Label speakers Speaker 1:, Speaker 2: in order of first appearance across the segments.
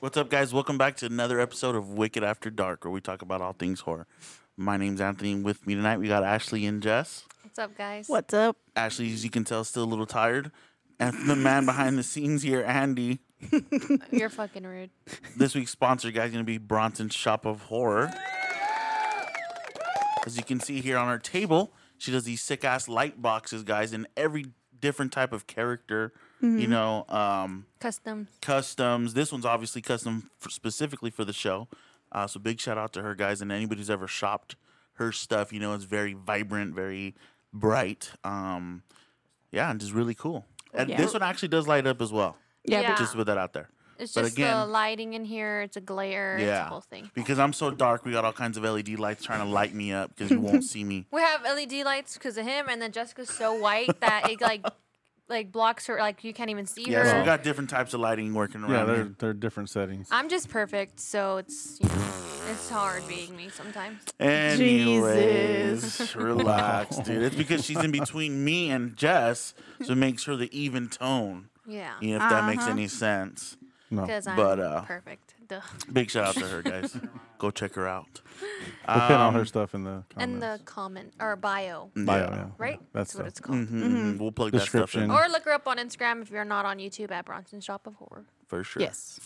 Speaker 1: What's up, guys? Welcome back to another episode of Wicked After Dark, where we talk about all things horror. My name's Anthony. and With me tonight, we got Ashley and Jess.
Speaker 2: What's up, guys?
Speaker 3: What's up?
Speaker 1: Ashley, as you can tell, still a little tired. And the man behind the scenes here, Andy.
Speaker 2: You're fucking rude.
Speaker 1: This week's sponsor, guys, going to be Bronson's Shop of Horror. As you can see here on our table, she does these sick ass light boxes, guys, in every different type of character. You know, um,
Speaker 2: Custom.
Speaker 1: customs. This one's obviously custom for specifically for the show. Uh, so big shout out to her, guys, and anybody who's ever shopped her stuff. You know, it's very vibrant, very bright. Um, yeah, and just really cool. And
Speaker 3: Oh, Yeah.
Speaker 1: this one actually does light up as well.
Speaker 3: Yeah,
Speaker 2: Yeah.
Speaker 3: but
Speaker 1: Just to put that out there.
Speaker 2: It's
Speaker 1: But
Speaker 2: just the
Speaker 1: again-
Speaker 2: lighting in here. It's a glare. It's
Speaker 1: Yeah.
Speaker 2: a whole thing.
Speaker 1: Because I'm so dark, we got all kinds of LED lights trying to light me up because you won't see me.
Speaker 2: We have LED lights because of him, and then Jessica's so white that it like like blocks her. Like you can't even see
Speaker 1: Yeah,
Speaker 2: her.
Speaker 1: so we got different types of lighting working
Speaker 4: Yeah,
Speaker 1: around.
Speaker 4: they're
Speaker 1: here.
Speaker 4: they're different settings.
Speaker 2: I'm just perfect, so it's you know, it's hard being me sometimes.
Speaker 1: Anyways,
Speaker 3: Jesus.
Speaker 1: relax, dude. It's because she's in between me and Jess, so it makes her the even tone.
Speaker 2: Yeah,
Speaker 1: you know, if that makes
Speaker 3: Uh-huh.
Speaker 1: any sense.
Speaker 4: No,
Speaker 2: because I'm
Speaker 1: But, uh,
Speaker 2: perfect. Duh.
Speaker 1: Big shout out to her, guys. Go check her out.
Speaker 4: we'll pin all her
Speaker 1: Um,
Speaker 4: stuff in the comments.
Speaker 2: And the comment or bio,
Speaker 4: Bio,
Speaker 1: yeah.
Speaker 4: yeah.
Speaker 2: right?
Speaker 4: That's
Speaker 2: what
Speaker 4: the-
Speaker 2: it's called.
Speaker 1: Mhm,
Speaker 3: Mm-hmm.
Speaker 1: mhm. We'll plug that stuff in
Speaker 4: Description.
Speaker 2: Or look her up on Instagram if you're not on YouTube at Bronson Shop of Horror.
Speaker 1: for sure.
Speaker 3: yes.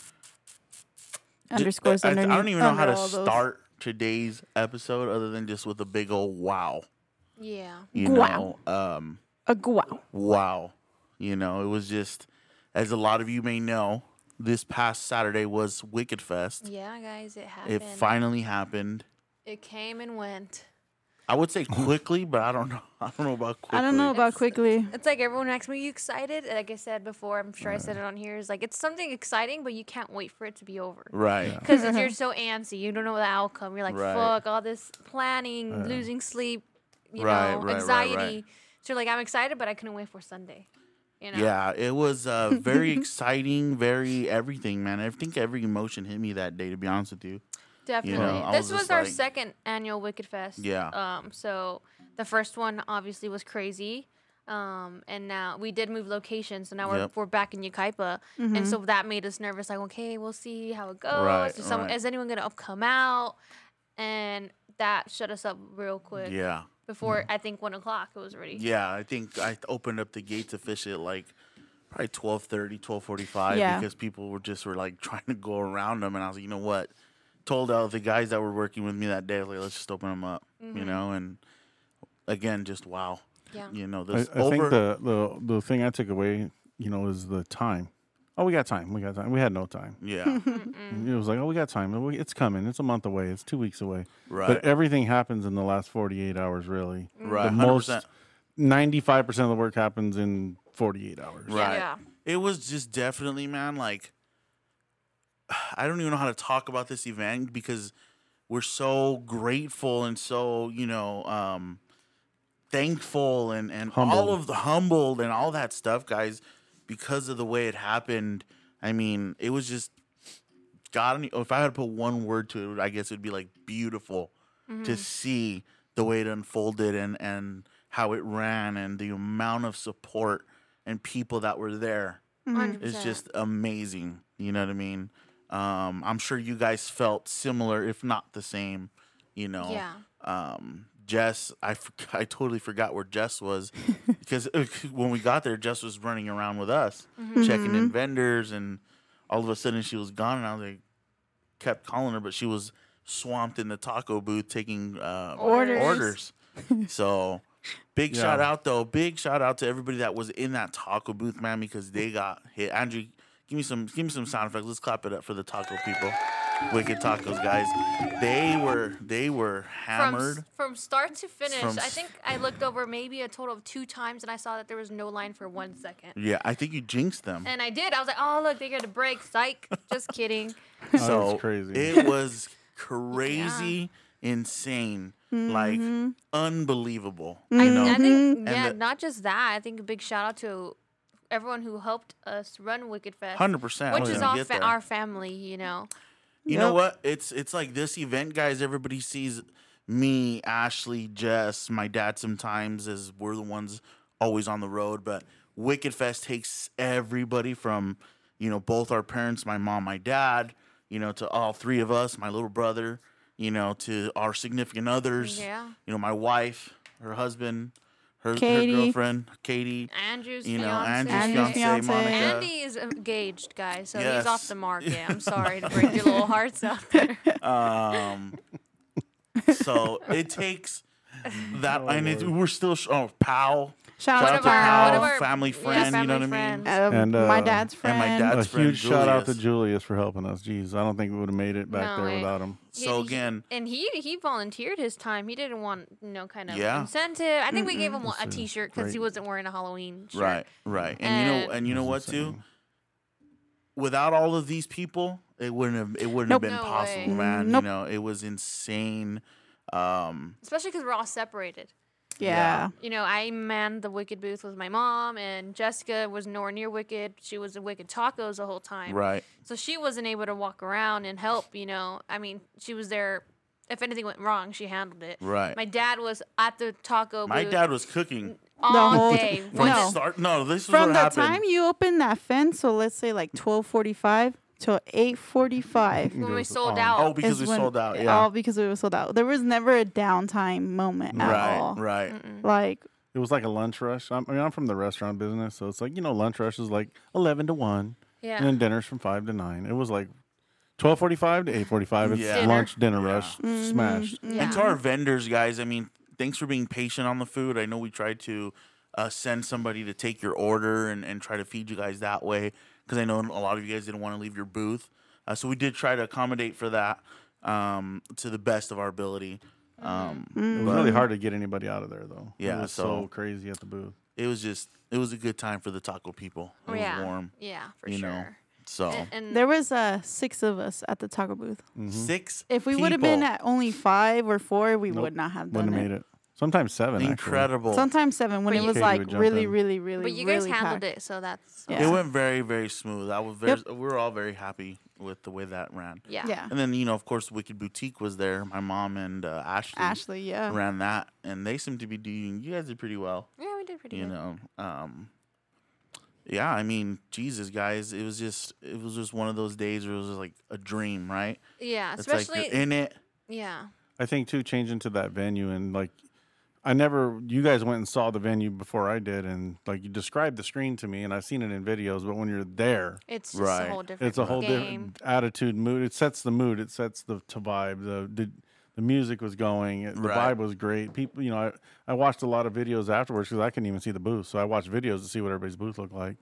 Speaker 1: Ju-
Speaker 3: Underscores
Speaker 1: I, I
Speaker 3: underneath.
Speaker 1: don't even know how
Speaker 3: under
Speaker 1: to
Speaker 3: all those.
Speaker 1: start today's episode other than just with a big old wow.
Speaker 2: Yeah.
Speaker 1: You
Speaker 3: Wow.
Speaker 1: know, um,
Speaker 3: A guau.
Speaker 1: wow. You know, it was just, as a lot of you may know, this past Saturday was Wicked Fest.
Speaker 2: Yeah, guys, it happened.
Speaker 1: It finally happened.
Speaker 2: It came and went.
Speaker 1: I would say quickly, but I don't know. I don't know about quickly.
Speaker 3: I don't know about quickly.
Speaker 2: It's like everyone asks me, "You excited?" Like I said before, I'm sure I said it on here. Is like it's something exciting, but you can't wait for it to be over
Speaker 1: Right.
Speaker 2: because you're so antsy. You don't know the outcome. You're like,
Speaker 1: Right. Uh.
Speaker 2: "Fuck all this planning, losing sleep, you
Speaker 1: Right,
Speaker 2: know,
Speaker 1: right, right, right.
Speaker 2: anxiety." So you're like, "I'm excited, but I couldn't wait for Sunday." You know?
Speaker 1: Yeah, it was uh, very exciting, very everything, man. I think every emotion hit me that day, to be honest with you.
Speaker 2: Definitely.
Speaker 1: I was
Speaker 2: this was,
Speaker 1: just
Speaker 2: our
Speaker 1: like-
Speaker 2: second annual Wicked Fest.
Speaker 1: Yeah.
Speaker 2: Um, so the first one obviously was crazy. Um, and now we did move locations, so now we're,
Speaker 1: Yep.
Speaker 2: we're back in Yucaipa, and so that made us nervous. Like, okay, we'll see how it goes.
Speaker 1: Right,
Speaker 2: is, some-
Speaker 1: right.
Speaker 2: is anyone gonna up- come out? And that shut us up real quick.
Speaker 1: Yeah.
Speaker 2: Before I think one o'clock, it was already.
Speaker 1: Yeah, I think I opened up the gates officially at like probably 1230, 1245
Speaker 3: Yeah.
Speaker 1: because people were just were like trying to go around them. And I was like, you know what? Told all the guys that were working with me that day, I was like, let's just open them up, you know? And again, just wow.
Speaker 2: Mm-hmm. Yeah.
Speaker 1: You know,
Speaker 4: I, I
Speaker 1: this
Speaker 4: think
Speaker 1: over.
Speaker 4: the, the the thing I took away, you know, is the time. Oh, we got time. We got time. We had no time.
Speaker 1: yeah.
Speaker 2: Mm.
Speaker 4: It was like, oh, we got time. We- It's coming. It's a month away. It's two weeks away.
Speaker 1: Right.
Speaker 4: But everything happens in the last forty eight hours, really.
Speaker 2: Mm.
Speaker 1: Right.
Speaker 4: The most
Speaker 1: 100%.
Speaker 4: ninety five percent of the work happens in forty eight hours.
Speaker 1: Right.
Speaker 2: Yeah.
Speaker 1: It was just definitely, man, like I don't even know how to talk about this event because we're so grateful and so, you know, um thankful and and all
Speaker 4: Humbled.
Speaker 1: of the humbled and all that stuff, guys, because of the way it happened. I mean, it was just God, only- if I had to put one word to it, I guess it would be like beautiful to see the way it unfolded and and how it ran and the amount of support and people that were there.
Speaker 3: Mm-hmm.
Speaker 2: 100%.
Speaker 1: It's just amazing. You know what I mean? Um, I'm sure you guys felt similar, if not the same. You know,
Speaker 2: Yeah.
Speaker 1: Um, Jess, I forg- I totally forgot where Jess was because uh, when we got there, Jess was running around with us, checking in vendors, and all of a sudden she was gone, and I was like, kept calling her, but she was swamped in the taco booth taking uh,
Speaker 3: Orders.
Speaker 1: orders. so big
Speaker 4: Yeah.
Speaker 1: shout out though. Big shout out to everybody that was in that taco booth, man, because they got hit. Andrew, give me some give me some sound effects. Let's clap it up for the taco people. Wicked tacos, guys. They were they were
Speaker 2: From,
Speaker 1: hammered.
Speaker 2: s- from start to finish,
Speaker 1: From
Speaker 2: I
Speaker 1: s-
Speaker 2: think I looked over maybe a total of two times, and I saw that there was no line for one second.
Speaker 1: yeah, I think you jinxed them.
Speaker 2: And I did. I was like, oh, look, they got a break. Psych. Just kidding.
Speaker 4: was
Speaker 1: so
Speaker 4: Oh, crazy.
Speaker 1: It was crazy, insane, like unbelievable.
Speaker 2: Mm-hmm. I,
Speaker 1: You know,
Speaker 2: I think, yeah,
Speaker 1: the-
Speaker 2: not just that. I think a big shout out to everyone who helped us run Wicked Fest.
Speaker 1: hundred percent.
Speaker 4: Oh,
Speaker 2: Which is all fa- our family, you know.
Speaker 1: You know what? It's it's like this event, guys. Everybody sees me, Ashley, Jess, my dad sometimes, as we're the ones always on the road. But Wicked Fest takes everybody from you know both our parents, my mom, my dad, you know, to all three of us, my little brother, you know, to our significant others,
Speaker 2: Yeah.
Speaker 1: you know, my wife, her husband, her, her
Speaker 3: Katie.
Speaker 1: girlfriend, Katie,
Speaker 2: Andrew's
Speaker 1: you know,
Speaker 2: fiance.
Speaker 1: Andrew's
Speaker 3: Andrew's
Speaker 1: fiance,
Speaker 3: fiance.
Speaker 1: Monica.
Speaker 2: Andy is engaged, guys, so he's off
Speaker 1: Yes.
Speaker 2: the market. I'm sorry to break your little hearts out there.
Speaker 1: Um, so it takes
Speaker 3: Oh,
Speaker 1: that, and it, we're still sh- oh Powell, shout
Speaker 3: Shout
Speaker 2: One
Speaker 1: out
Speaker 2: of
Speaker 1: to
Speaker 2: our- one of
Speaker 1: Powell,
Speaker 2: our-
Speaker 1: family
Speaker 2: yeah,
Speaker 1: friend, you
Speaker 2: family
Speaker 1: know what
Speaker 2: friend.
Speaker 1: I mean?
Speaker 3: Uh,
Speaker 4: And,
Speaker 3: my
Speaker 4: uh,
Speaker 3: dad's
Speaker 1: and
Speaker 3: friend.
Speaker 1: my dad's
Speaker 4: a
Speaker 1: friend,
Speaker 4: huge shout out to
Speaker 1: Julius.
Speaker 4: Julius for helping us. Jeez, I don't think we would have made it back
Speaker 2: No
Speaker 4: there
Speaker 2: way.
Speaker 4: without him.
Speaker 1: So
Speaker 2: He- he-
Speaker 1: again,
Speaker 2: and he he volunteered his time. He didn't want no kind of
Speaker 1: Yeah.
Speaker 2: incentive. I think we gave him one- a
Speaker 4: This is
Speaker 2: T-shirt because he
Speaker 4: great.
Speaker 2: wasn't wearing a Halloween shirt.
Speaker 1: right, right, and you know,
Speaker 2: And-
Speaker 1: and you know what
Speaker 4: That's
Speaker 1: too?
Speaker 4: insane.
Speaker 1: Without all of these people, it wouldn't have it wouldn't
Speaker 3: Nope.
Speaker 1: have been
Speaker 2: No
Speaker 1: possible,
Speaker 2: way.
Speaker 1: man.
Speaker 3: Nope.
Speaker 1: You know, it was insane. Um,
Speaker 2: Especially because we're all separated.
Speaker 3: Yeah.
Speaker 2: You know, I manned the Wicked booth with my mom, and Jessica was nowhere near Wicked. She was at Wicked Tacos the whole time.
Speaker 1: right,
Speaker 2: So she wasn't able to walk around and help, you know. I mean, she was there. If anything went wrong, she handled it.
Speaker 1: right.
Speaker 2: My dad was at the taco
Speaker 1: My
Speaker 2: booth
Speaker 1: dad was cooking
Speaker 2: all
Speaker 3: whole-
Speaker 2: day.
Speaker 1: from
Speaker 3: No.
Speaker 1: start. No, this is
Speaker 3: From
Speaker 1: what
Speaker 3: the
Speaker 1: happened.
Speaker 3: time you open that fence, so let's say like twelve forty-five till eight forty-five.
Speaker 2: When we
Speaker 4: Goes
Speaker 2: sold
Speaker 4: on.
Speaker 2: out.
Speaker 1: oh, Mm. because
Speaker 3: is
Speaker 1: we
Speaker 3: when-
Speaker 1: sold out. Yeah,
Speaker 3: All because we were sold out. There was never a downtime moment at all.
Speaker 1: right, right.
Speaker 3: Like
Speaker 4: It was like a lunch rush. I'm, I mean, I'm from the restaurant business, so it's like you know, lunch rush is like eleven to one,
Speaker 2: yeah.
Speaker 4: and then dinner's from five to nine. It was like twelve forty-five to eight forty-five. It's
Speaker 1: Yeah. Dinner.
Speaker 4: lunch dinner
Speaker 1: Yeah.
Speaker 4: rush smashed.
Speaker 1: And to our vendors, guys, I mean, thanks for being patient on the food. I know we tried to uh, send somebody to take your order and, and try to feed you guys that way because I know a lot of you guys didn't want to leave your booth. Uh, so we did try to accommodate for that um, to the best of our ability.
Speaker 3: Mm-hmm.
Speaker 1: Um,
Speaker 4: It was really hard to get anybody out of there though.
Speaker 1: Yeah,
Speaker 4: it was so,
Speaker 1: so-
Speaker 4: crazy at the booth.
Speaker 1: It was just, it was a good time for the taco people. It was
Speaker 2: Oh, yeah.
Speaker 1: warm.
Speaker 2: Yeah, for
Speaker 1: you
Speaker 2: sure.
Speaker 1: know, So
Speaker 2: And, and
Speaker 3: there was uh six of us at the taco booth.
Speaker 4: Mm-hmm.
Speaker 1: six.
Speaker 3: If we would have been
Speaker 1: people.
Speaker 3: at only five or four, we
Speaker 4: Nope.
Speaker 3: would not have done
Speaker 4: Wouldn't have
Speaker 3: it.
Speaker 4: made it. Sometimes seven. actually.
Speaker 1: incredible.
Speaker 3: Sometimes seven when
Speaker 2: But
Speaker 3: it
Speaker 2: you-
Speaker 3: was
Speaker 4: Katie
Speaker 3: like
Speaker 4: would jump
Speaker 3: really,
Speaker 4: in.
Speaker 3: really, really.
Speaker 2: but you guys
Speaker 3: really
Speaker 2: handled
Speaker 3: packed.
Speaker 2: it, so that's
Speaker 3: Yeah.
Speaker 1: It went very, very smooth. I was very,
Speaker 3: Yep.
Speaker 1: we were all very happy with the way that ran.
Speaker 2: yeah.
Speaker 3: Yeah.
Speaker 1: And then, you know, of course, Wicked Boutique was there. My mom and uh,
Speaker 3: Ashley, yeah.
Speaker 1: ran that, and they seem to be doing. You guys did pretty well,
Speaker 2: Yeah, we did pretty
Speaker 1: you
Speaker 2: good.
Speaker 1: know. Um, yeah, I mean, Jesus, guys, it was just it was just one of those days where it was just like a dream, right?
Speaker 2: Yeah,
Speaker 1: It's
Speaker 2: especially
Speaker 1: like you're in it,
Speaker 2: yeah.
Speaker 4: I think too changing to that venue and like I never you guys went and saw the venue before I did and like you described the screen to me and I've seen it in videos, but when you're there
Speaker 2: It's just
Speaker 1: Right.
Speaker 2: a whole different
Speaker 4: it's a whole
Speaker 2: game.
Speaker 4: different attitude, mood. It sets the mood. It sets the to vibe. The the, the music was going. The
Speaker 1: Right.
Speaker 4: vibe was great. People, you know, I, I watched a lot of videos afterwards because I couldn't even see the booth. So I watched videos to see what everybody's booth looked like.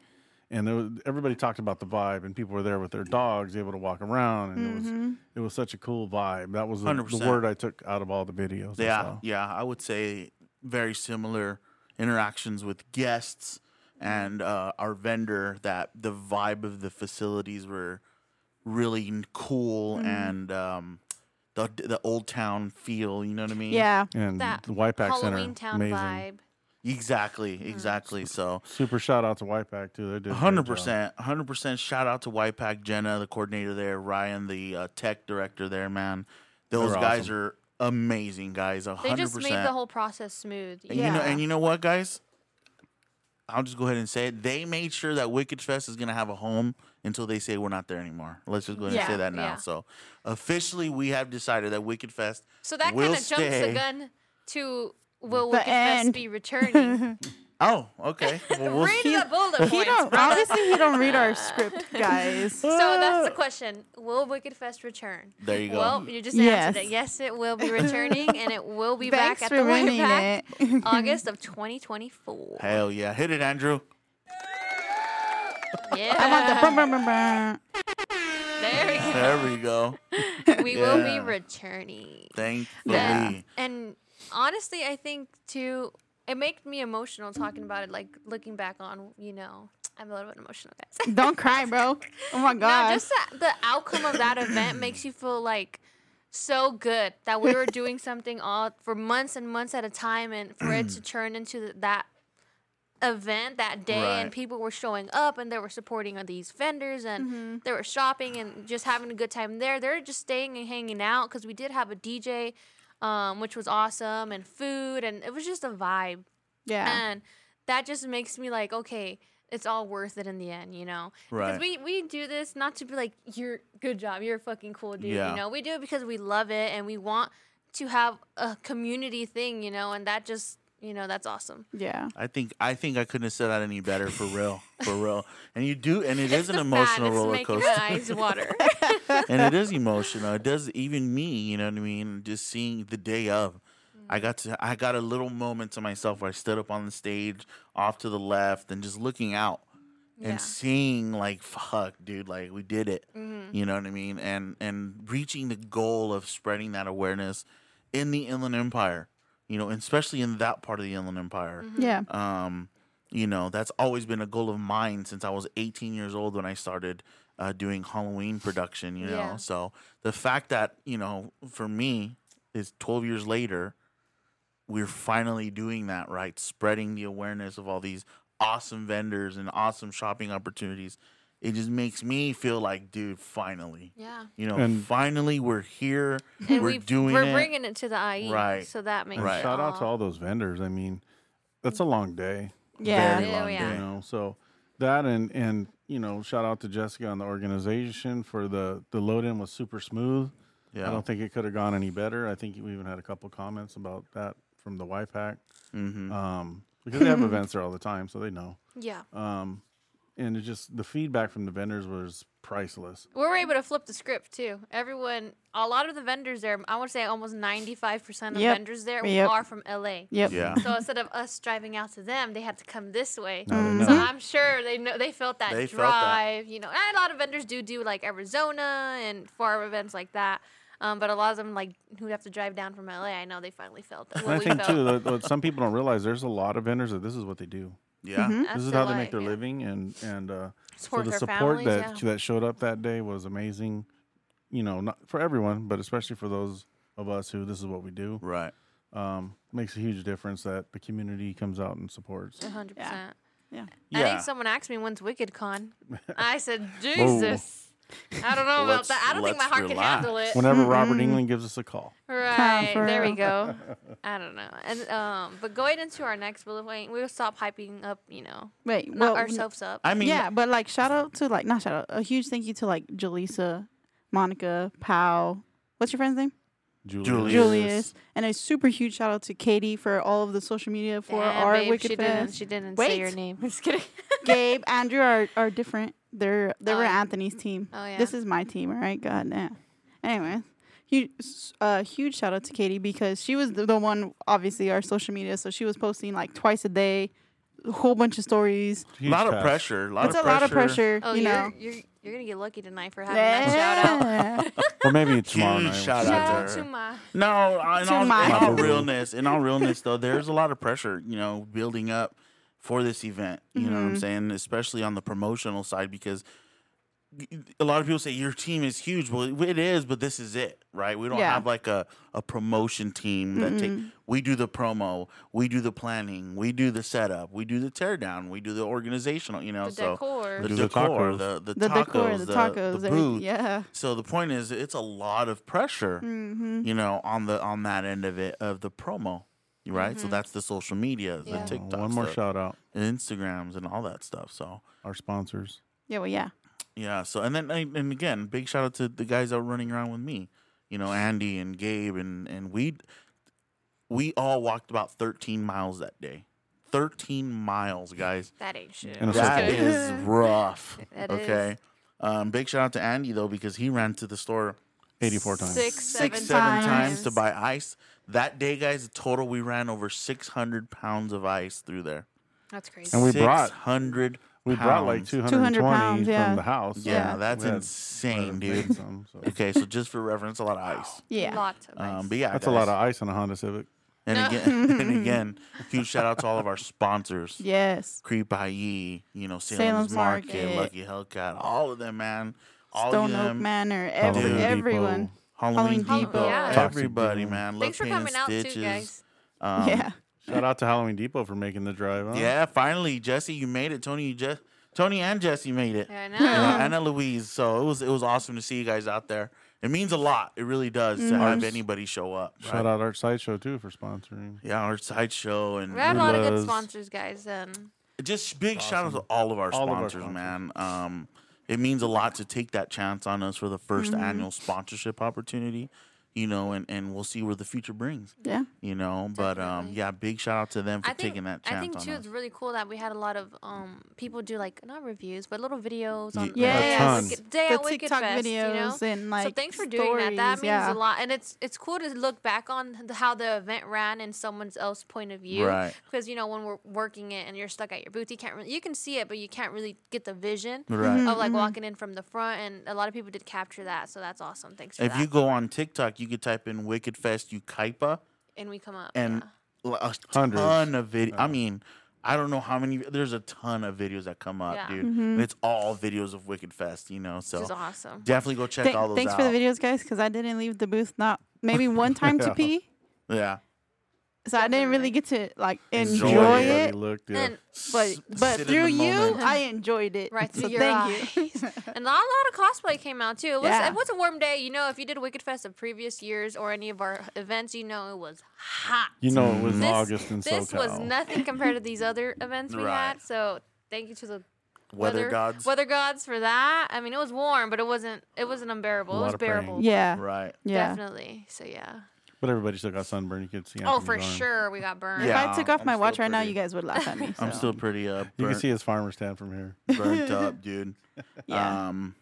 Speaker 4: And there was, everybody talked about the vibe, and people were there with their dogs, able to walk around, and it was it was such a cool vibe. That was the, the
Speaker 1: 100%.
Speaker 4: word I took out of all the videos. I
Speaker 1: yeah,
Speaker 4: saw.
Speaker 1: yeah. I would say very similar interactions with guests and uh, our vendor. That the vibe of the facilities were really n- cool
Speaker 2: Mm-hmm.
Speaker 1: and um, the the old town feel. You know what I mean?
Speaker 3: Yeah.
Speaker 4: and
Speaker 2: That
Speaker 4: the YPAC Center,
Speaker 2: Halloween Town
Speaker 4: amazing.
Speaker 2: vibe.
Speaker 1: Exactly.
Speaker 2: Mm.
Speaker 1: Exactly. So.
Speaker 4: Super shout out to YPAC too. They did a great
Speaker 1: hundred
Speaker 4: job.
Speaker 1: percent, hundred percent. Shout out to Whitepack Jenna, the coordinator there, Ryan, the uh, tech director there, man. Those
Speaker 4: They're
Speaker 1: guys
Speaker 4: awesome.
Speaker 1: are amazing guys,
Speaker 2: They
Speaker 1: hundred
Speaker 2: just made the
Speaker 1: percent.
Speaker 2: whole process smooth.
Speaker 1: And you know,
Speaker 3: Yeah.
Speaker 1: and you know what, guys? I'll just go ahead and say it. They made sure that Wicked Fest is gonna have a home until they say we're not there anymore. Let's just go ahead and
Speaker 2: Yeah,
Speaker 1: say that now.
Speaker 2: yeah.
Speaker 1: So officially, we have decided that Wicked Fest.
Speaker 2: So that
Speaker 1: will
Speaker 2: kind of jumps the
Speaker 1: stay-
Speaker 2: gun to will
Speaker 3: The
Speaker 2: Wicked Fest
Speaker 3: end.
Speaker 2: be returning?
Speaker 1: Oh, okay. Well, we'll
Speaker 2: Read the bullet
Speaker 3: He
Speaker 2: points,
Speaker 3: don't
Speaker 2: brother.
Speaker 3: obviously he don't read our script, guys.
Speaker 2: So that's the question. Will Wicked Fest return?
Speaker 1: There you go.
Speaker 2: Well, you just answered
Speaker 3: Yes.
Speaker 2: it. Yes, it will be returning, and it will be
Speaker 3: Thanks
Speaker 2: back at
Speaker 3: for
Speaker 2: the
Speaker 3: winning
Speaker 2: Wayback
Speaker 3: it.
Speaker 2: August of 2024.
Speaker 1: hell yeah, hit it, Andrew.
Speaker 2: Yeah.
Speaker 3: I want the bum, bum, bum, bum.
Speaker 2: There
Speaker 1: There we go.
Speaker 2: we go. We will be
Speaker 1: Yeah.
Speaker 2: returning.
Speaker 1: Thankfully,
Speaker 3: Yeah.
Speaker 2: And honestly, I think too, it made me emotional talking about it. Like looking back on, you know, I'm a little bit emotional, guys.
Speaker 3: Don't cry, bro. Oh my
Speaker 2: no,
Speaker 3: god.
Speaker 2: just that the outcome of that event makes you feel like so good that we were doing something all for months and months at a time, and for it to turn into th- that event that day and
Speaker 1: Right.
Speaker 2: people were showing up and they were supporting all these vendors and they were shopping and just having a good time there they're just staying and hanging out because we did have a dj um, which was awesome and food and it was just a vibe
Speaker 3: yeah.
Speaker 2: and that just makes me like okay it's all worth it in the end, you know.
Speaker 1: Right.
Speaker 2: Because we we do this not to be like you're good job, you're a fucking cool dude,
Speaker 1: Yeah.
Speaker 2: you know. We do it because we love it and we want to have a community thing, you know, and that just you know that's awesome.
Speaker 3: Yeah.
Speaker 1: I think I think I couldn't have said that any better for real, for real. And you do, and it is an
Speaker 2: The
Speaker 1: emotional
Speaker 2: fat is
Speaker 1: roller
Speaker 2: making my
Speaker 1: coaster,
Speaker 2: eyes water.
Speaker 1: and it is emotional. It does even me, you know what I mean. Just seeing the day of, I got to, I got a little moment to myself where I stood up on the stage, off to the left, and just looking out
Speaker 2: Yeah. Mm-hmm.
Speaker 1: and seeing like, fuck, dude, like we did it. You know what I mean? And and reaching the goal of spreading that awareness in the Inland Empire, you know, and especially in that part of the Inland Empire
Speaker 2: Mm-hmm.
Speaker 3: Yeah.
Speaker 1: um, you know that's always been a goal of mine since i was 18 years old when i started uh, doing halloween production you know
Speaker 2: Yeah.
Speaker 1: so the fact that you know for me is 12 years later we're finally doing that right spreading the awareness of all these awesome vendors and awesome shopping opportunities it just makes me feel like dude finally
Speaker 2: Yeah.
Speaker 1: you know
Speaker 4: And-
Speaker 1: finally we're here
Speaker 2: And
Speaker 1: we're
Speaker 2: we've-
Speaker 1: doing
Speaker 2: we're
Speaker 1: it
Speaker 2: bringing it to the IE.
Speaker 1: Right.
Speaker 2: So that makes
Speaker 4: And
Speaker 1: Right.
Speaker 2: it
Speaker 4: Shout out to
Speaker 2: all-
Speaker 4: all those vendors. I mean, that's a long day.
Speaker 3: Yeah.
Speaker 1: Very
Speaker 2: Yeah,
Speaker 1: long
Speaker 2: we
Speaker 1: day.
Speaker 2: are.
Speaker 4: you know so that and and you know shout out to jessica on the organization for the the load in was super smooth
Speaker 1: yeah
Speaker 4: i don't think it could have gone any better i think we even had a couple comments about that from the y pack
Speaker 1: mm-hmm.
Speaker 4: um because they have events there all the time so they know
Speaker 2: Yeah.
Speaker 1: Uh,
Speaker 4: um and it just the feedback from the vendors was priceless
Speaker 2: We were able to flip the script too. Everyone, a lot of the vendors there, I would say almost 95% of
Speaker 3: Yep.
Speaker 2: vendors there
Speaker 3: Yep.
Speaker 2: are from LA.
Speaker 3: Yep.
Speaker 1: yeah
Speaker 2: So instead of us driving out to them, they had to come this way.
Speaker 4: Now they
Speaker 2: So
Speaker 4: know.
Speaker 2: I'm sure they know they felt that
Speaker 1: Mm-hmm. They
Speaker 2: drive.
Speaker 1: felt that.
Speaker 2: You know, and a lot of vendors do do like Arizona and farm events like that. Um, but a lot of them like who have to drive down from LA, I know they finally felt what
Speaker 4: and i
Speaker 2: we
Speaker 4: think
Speaker 2: felt.
Speaker 4: too that, that some people don't realize there's a lot of vendors that this is what they do
Speaker 1: yeah
Speaker 3: Mm-hmm.
Speaker 4: this is
Speaker 2: After,
Speaker 4: how they make
Speaker 2: like,
Speaker 4: their
Speaker 2: yeah,
Speaker 4: living and and uh
Speaker 2: Support
Speaker 4: so the
Speaker 2: their
Speaker 4: support
Speaker 2: families. yeah.
Speaker 4: that that showed up that day was amazing. You know, not for everyone, but especially for those of us who this is what we do.
Speaker 1: right
Speaker 4: Um, makes a huge difference that the community comes out and supports.
Speaker 2: A hundred percent.
Speaker 3: Yeah.
Speaker 2: I
Speaker 1: Yeah.
Speaker 2: think someone asked me when's Wicked Con. I said, Jesus. I don't know about
Speaker 1: Let's-
Speaker 2: that. I don't think my
Speaker 1: let's
Speaker 2: heart can handle
Speaker 1: relax.
Speaker 2: it.
Speaker 4: Whenever Robert England gives us a call,
Speaker 2: Right.
Speaker 3: for
Speaker 2: there we
Speaker 3: real.
Speaker 2: go. I don't know. And um but going into our next bullet point, we'll stop hyping up, you know,
Speaker 3: Wait.
Speaker 2: not
Speaker 3: Well,
Speaker 2: ourselves up.
Speaker 1: i mean
Speaker 3: yeah, but like shout out to like not shout out a huge thank you to like Jaleesa, Monica, Pal. What's your friend's name?
Speaker 4: Julie.
Speaker 1: Julie. Julius.
Speaker 3: Julius. And a super huge shout out to Katie for all of the social media for
Speaker 2: Damn,
Speaker 3: our
Speaker 2: babe,
Speaker 3: Wicked
Speaker 2: she didn't,
Speaker 3: Fest.
Speaker 2: she didn't
Speaker 3: Wait.
Speaker 2: say your name. I'm just kidding.
Speaker 3: Gabe, Andrew are, are different. They're they
Speaker 2: Oh,
Speaker 3: were
Speaker 2: yeah.
Speaker 3: Anthony's team.
Speaker 2: Oh, yeah.
Speaker 3: This is my team, all right? God damn. Anyway, huge uh, huge shout out to Katie because she was the, the one obviously our social media, so she was posting like twice a day, a whole bunch of stories.
Speaker 1: a
Speaker 4: Huge
Speaker 1: lot of
Speaker 4: pass.
Speaker 1: pressure. A lot
Speaker 3: It's
Speaker 1: of
Speaker 3: a lot of pressure,
Speaker 2: Oh,
Speaker 3: you
Speaker 2: you are
Speaker 3: know.
Speaker 2: you're you're gonna get lucky tonight for having that shout out.
Speaker 3: Yeah.
Speaker 4: Or maybe tomorrow
Speaker 1: Huge
Speaker 4: night.
Speaker 1: shout
Speaker 2: Shout
Speaker 1: out
Speaker 2: out
Speaker 1: to
Speaker 2: to
Speaker 1: her.
Speaker 2: my
Speaker 1: No, in
Speaker 3: To
Speaker 1: all, in
Speaker 3: my-
Speaker 1: all realness, in all realness, though, there's a lot of pressure, you know, building up for this event. You know what
Speaker 3: Mm-hmm.
Speaker 1: I'm saying? Especially on the promotional side, because a lot of people say your team is huge. Well, it is, but this is it, right? We don't
Speaker 3: Yeah.
Speaker 1: have like a, a promotion team that take. We do the promo, we do the planning, we do the setup, we do the teardown, we do the organizational. You know,
Speaker 2: the
Speaker 1: so
Speaker 2: decor.
Speaker 1: the
Speaker 4: Do the
Speaker 1: decor,
Speaker 4: tacos.
Speaker 1: the the,
Speaker 3: the
Speaker 1: tacos,
Speaker 3: decor, the, tacos,
Speaker 1: the
Speaker 3: everything.
Speaker 1: booth,
Speaker 3: yeah.
Speaker 1: so the point is, it's a lot of pressure,
Speaker 2: Mm-hmm.
Speaker 3: Mm-hmm.
Speaker 1: you know, on the on that end of it of the promo, right? So that's the social media,
Speaker 2: Mm-hmm. Yeah.
Speaker 1: the TikToks,
Speaker 4: One more
Speaker 1: the
Speaker 4: shout out.
Speaker 1: Instagrams, and all that stuff. So
Speaker 4: Our sponsors.
Speaker 3: Yeah, well, yeah.
Speaker 1: yeah, so and then and and again, big shout out to the guys out running around with me, you know, Andy and Gabe and and we we all walked about thirteen miles that day, thirteen miles, guys.
Speaker 2: that ain't shit.
Speaker 4: And a
Speaker 1: That
Speaker 4: circle.
Speaker 1: is rough.
Speaker 2: That is.
Speaker 1: okay. Um, big shout out to Andy though because he ran to the store
Speaker 4: 84 times.
Speaker 2: Six, seven,
Speaker 1: six, seven times.
Speaker 2: times
Speaker 1: to buy ice. That day, guys, the total we ran over six hundred pounds of ice through there.
Speaker 2: That's crazy.
Speaker 4: And we brought-
Speaker 1: hundred.
Speaker 4: We brought like 220
Speaker 3: pounds, yeah.
Speaker 4: from the house.
Speaker 1: Yeah, that's
Speaker 4: We had- we
Speaker 1: insane,
Speaker 4: had
Speaker 1: dude.
Speaker 4: made some, so.
Speaker 1: okay, so just for reference, a lot of ice.
Speaker 3: Yeah.
Speaker 2: Lots of ice.
Speaker 1: Um, but yeah,
Speaker 4: That's a
Speaker 1: guys.
Speaker 4: lot of ice on a Honda Civic.
Speaker 1: And again, and again, huge shout out to all of our sponsors.
Speaker 3: Yes.
Speaker 1: Creep IE, you know, Salem's,
Speaker 3: Salem's
Speaker 1: Market,
Speaker 3: Market.
Speaker 1: Lucky Hellcat, all of them, man. All
Speaker 3: Stone
Speaker 1: of
Speaker 3: Oak
Speaker 1: them.
Speaker 3: Manor. Every,
Speaker 1: Dude.
Speaker 3: everyone.
Speaker 1: Halloween,
Speaker 3: Halloween
Speaker 1: Depot,
Speaker 2: Depot. Yeah.
Speaker 4: Toxic
Speaker 1: everybody,
Speaker 4: Dude.
Speaker 1: man.
Speaker 2: Thanks for
Speaker 1: Love Paint and
Speaker 2: coming out too,
Speaker 1: Stitches.
Speaker 2: guys.
Speaker 1: Um,
Speaker 3: yeah.
Speaker 4: Shout out to Halloween Depot for making the drive. Huh?
Speaker 1: Yeah, finally, Jesse, you made it. Tony, you just Tony and Jesse made it.
Speaker 2: I
Speaker 1: You know,
Speaker 2: know.
Speaker 1: Anna Louise. So it was it was awesome to see you guys out there. It means a lot. It really does to
Speaker 2: Mm-hmm.
Speaker 1: have anybody show up. right?
Speaker 4: Shout out Art Sideshow too for sponsoring.
Speaker 1: Yeah, our sideshow and
Speaker 2: We had a lot of good
Speaker 4: Rula's.
Speaker 2: sponsors, guys. And
Speaker 1: just big shout out to all of our
Speaker 4: All of our
Speaker 1: sponsors,
Speaker 4: sponsors.
Speaker 1: man. Um, it means a lot to take that chance on us for the 1st
Speaker 2: Mm-hmm.
Speaker 1: annual sponsorship opportunity, you know, and, and we'll see where the future brings,
Speaker 3: Yeah.
Speaker 1: you know. But um,
Speaker 2: Definitely.
Speaker 1: yeah, big shout out to them for
Speaker 2: I think,
Speaker 1: taking that chance
Speaker 2: I think too,
Speaker 1: on
Speaker 2: it's
Speaker 1: us.
Speaker 2: really cool that we had a lot of um people do like not reviews, but little videos
Speaker 1: Ye-
Speaker 2: on
Speaker 1: Yeah,
Speaker 2: like,
Speaker 4: a
Speaker 3: Yes.
Speaker 4: ton.
Speaker 2: Wicked- day
Speaker 3: the
Speaker 2: at Wicked
Speaker 3: TikTok
Speaker 2: Fest, you know?
Speaker 3: videos and like
Speaker 2: so thanks for
Speaker 3: stories,
Speaker 2: doing that. That means a
Speaker 3: yeah.
Speaker 2: lot, and it's it's cool to look back on the, how the event ran in someone else's point of view.
Speaker 1: Right.
Speaker 2: Because you know when we're working it and you're stuck at your booth, you can't really you can see it, but you can't really get the vision
Speaker 1: Right.
Speaker 3: Mm-hmm,
Speaker 2: of like walking in from the front. And a lot of people did capture that, so that's awesome. Thanks for
Speaker 1: If
Speaker 2: that.
Speaker 1: you go on TikTok, you could type in Wicked Fest Ukaipa
Speaker 2: and we come up.
Speaker 1: and
Speaker 2: yeah.
Speaker 1: l- a
Speaker 4: Hundreds. Uh-huh.
Speaker 1: ton of video. I mean, I don't know how many. There's a ton of videos that come up,
Speaker 2: Yeah.
Speaker 1: dude.
Speaker 4: Mm-hmm.
Speaker 1: And it's all videos of Wicked Fest, you know.
Speaker 2: which
Speaker 1: So
Speaker 2: is awesome.
Speaker 1: definitely go check
Speaker 3: Th-
Speaker 1: all those
Speaker 3: thanks
Speaker 1: out.
Speaker 3: for the videos, guys, because I didn't leave the booth not maybe one time to
Speaker 4: Yeah.
Speaker 3: pee,
Speaker 1: Yeah.
Speaker 3: so I didn't really get to like enjoy,
Speaker 1: Enjoy it.
Speaker 3: it.
Speaker 4: Everybody Looked, yeah.
Speaker 2: And
Speaker 3: But
Speaker 1: S-
Speaker 3: but
Speaker 1: sit in
Speaker 3: through
Speaker 1: the
Speaker 3: you,
Speaker 1: moment.
Speaker 3: I enjoyed it.
Speaker 2: Right through
Speaker 3: so
Speaker 2: your
Speaker 3: thank you.
Speaker 2: And a lot, a lot of cosplay came out too. It was,
Speaker 3: Yeah.
Speaker 2: it was a warm day. You know, if you did Wicked Fest of previous years or any of our events, you know it was hot.
Speaker 4: you know it
Speaker 1: Mm-hmm.
Speaker 4: was in
Speaker 2: This-
Speaker 4: August in
Speaker 2: this
Speaker 4: SoCal.
Speaker 2: was nothing compared to these other events we
Speaker 1: Right.
Speaker 2: had. So thank you to the
Speaker 1: Weather, gods.
Speaker 2: weather gods for that. I mean, it was warm, but it wasn't. It wasn't unbearable.
Speaker 4: A
Speaker 2: It
Speaker 4: lot
Speaker 2: was
Speaker 4: of praying.
Speaker 2: bearable.
Speaker 3: yeah.
Speaker 1: Right.
Speaker 3: Yeah.
Speaker 2: definitely. So yeah.
Speaker 4: but everybody still got sunburn. You could
Speaker 2: oh,
Speaker 4: see. Anthony's
Speaker 2: for
Speaker 4: arm.
Speaker 2: sure, we got burned.
Speaker 3: If
Speaker 1: Yeah.
Speaker 3: I took off
Speaker 1: I'm
Speaker 3: my
Speaker 1: still
Speaker 3: watch right now,
Speaker 1: pretty-
Speaker 3: you guys would laugh at me.
Speaker 1: I'm
Speaker 3: so.
Speaker 1: still pretty uh burnt,
Speaker 4: You can see his farmer's tan from here.
Speaker 1: burnt up, dude.
Speaker 3: Yeah.
Speaker 1: Um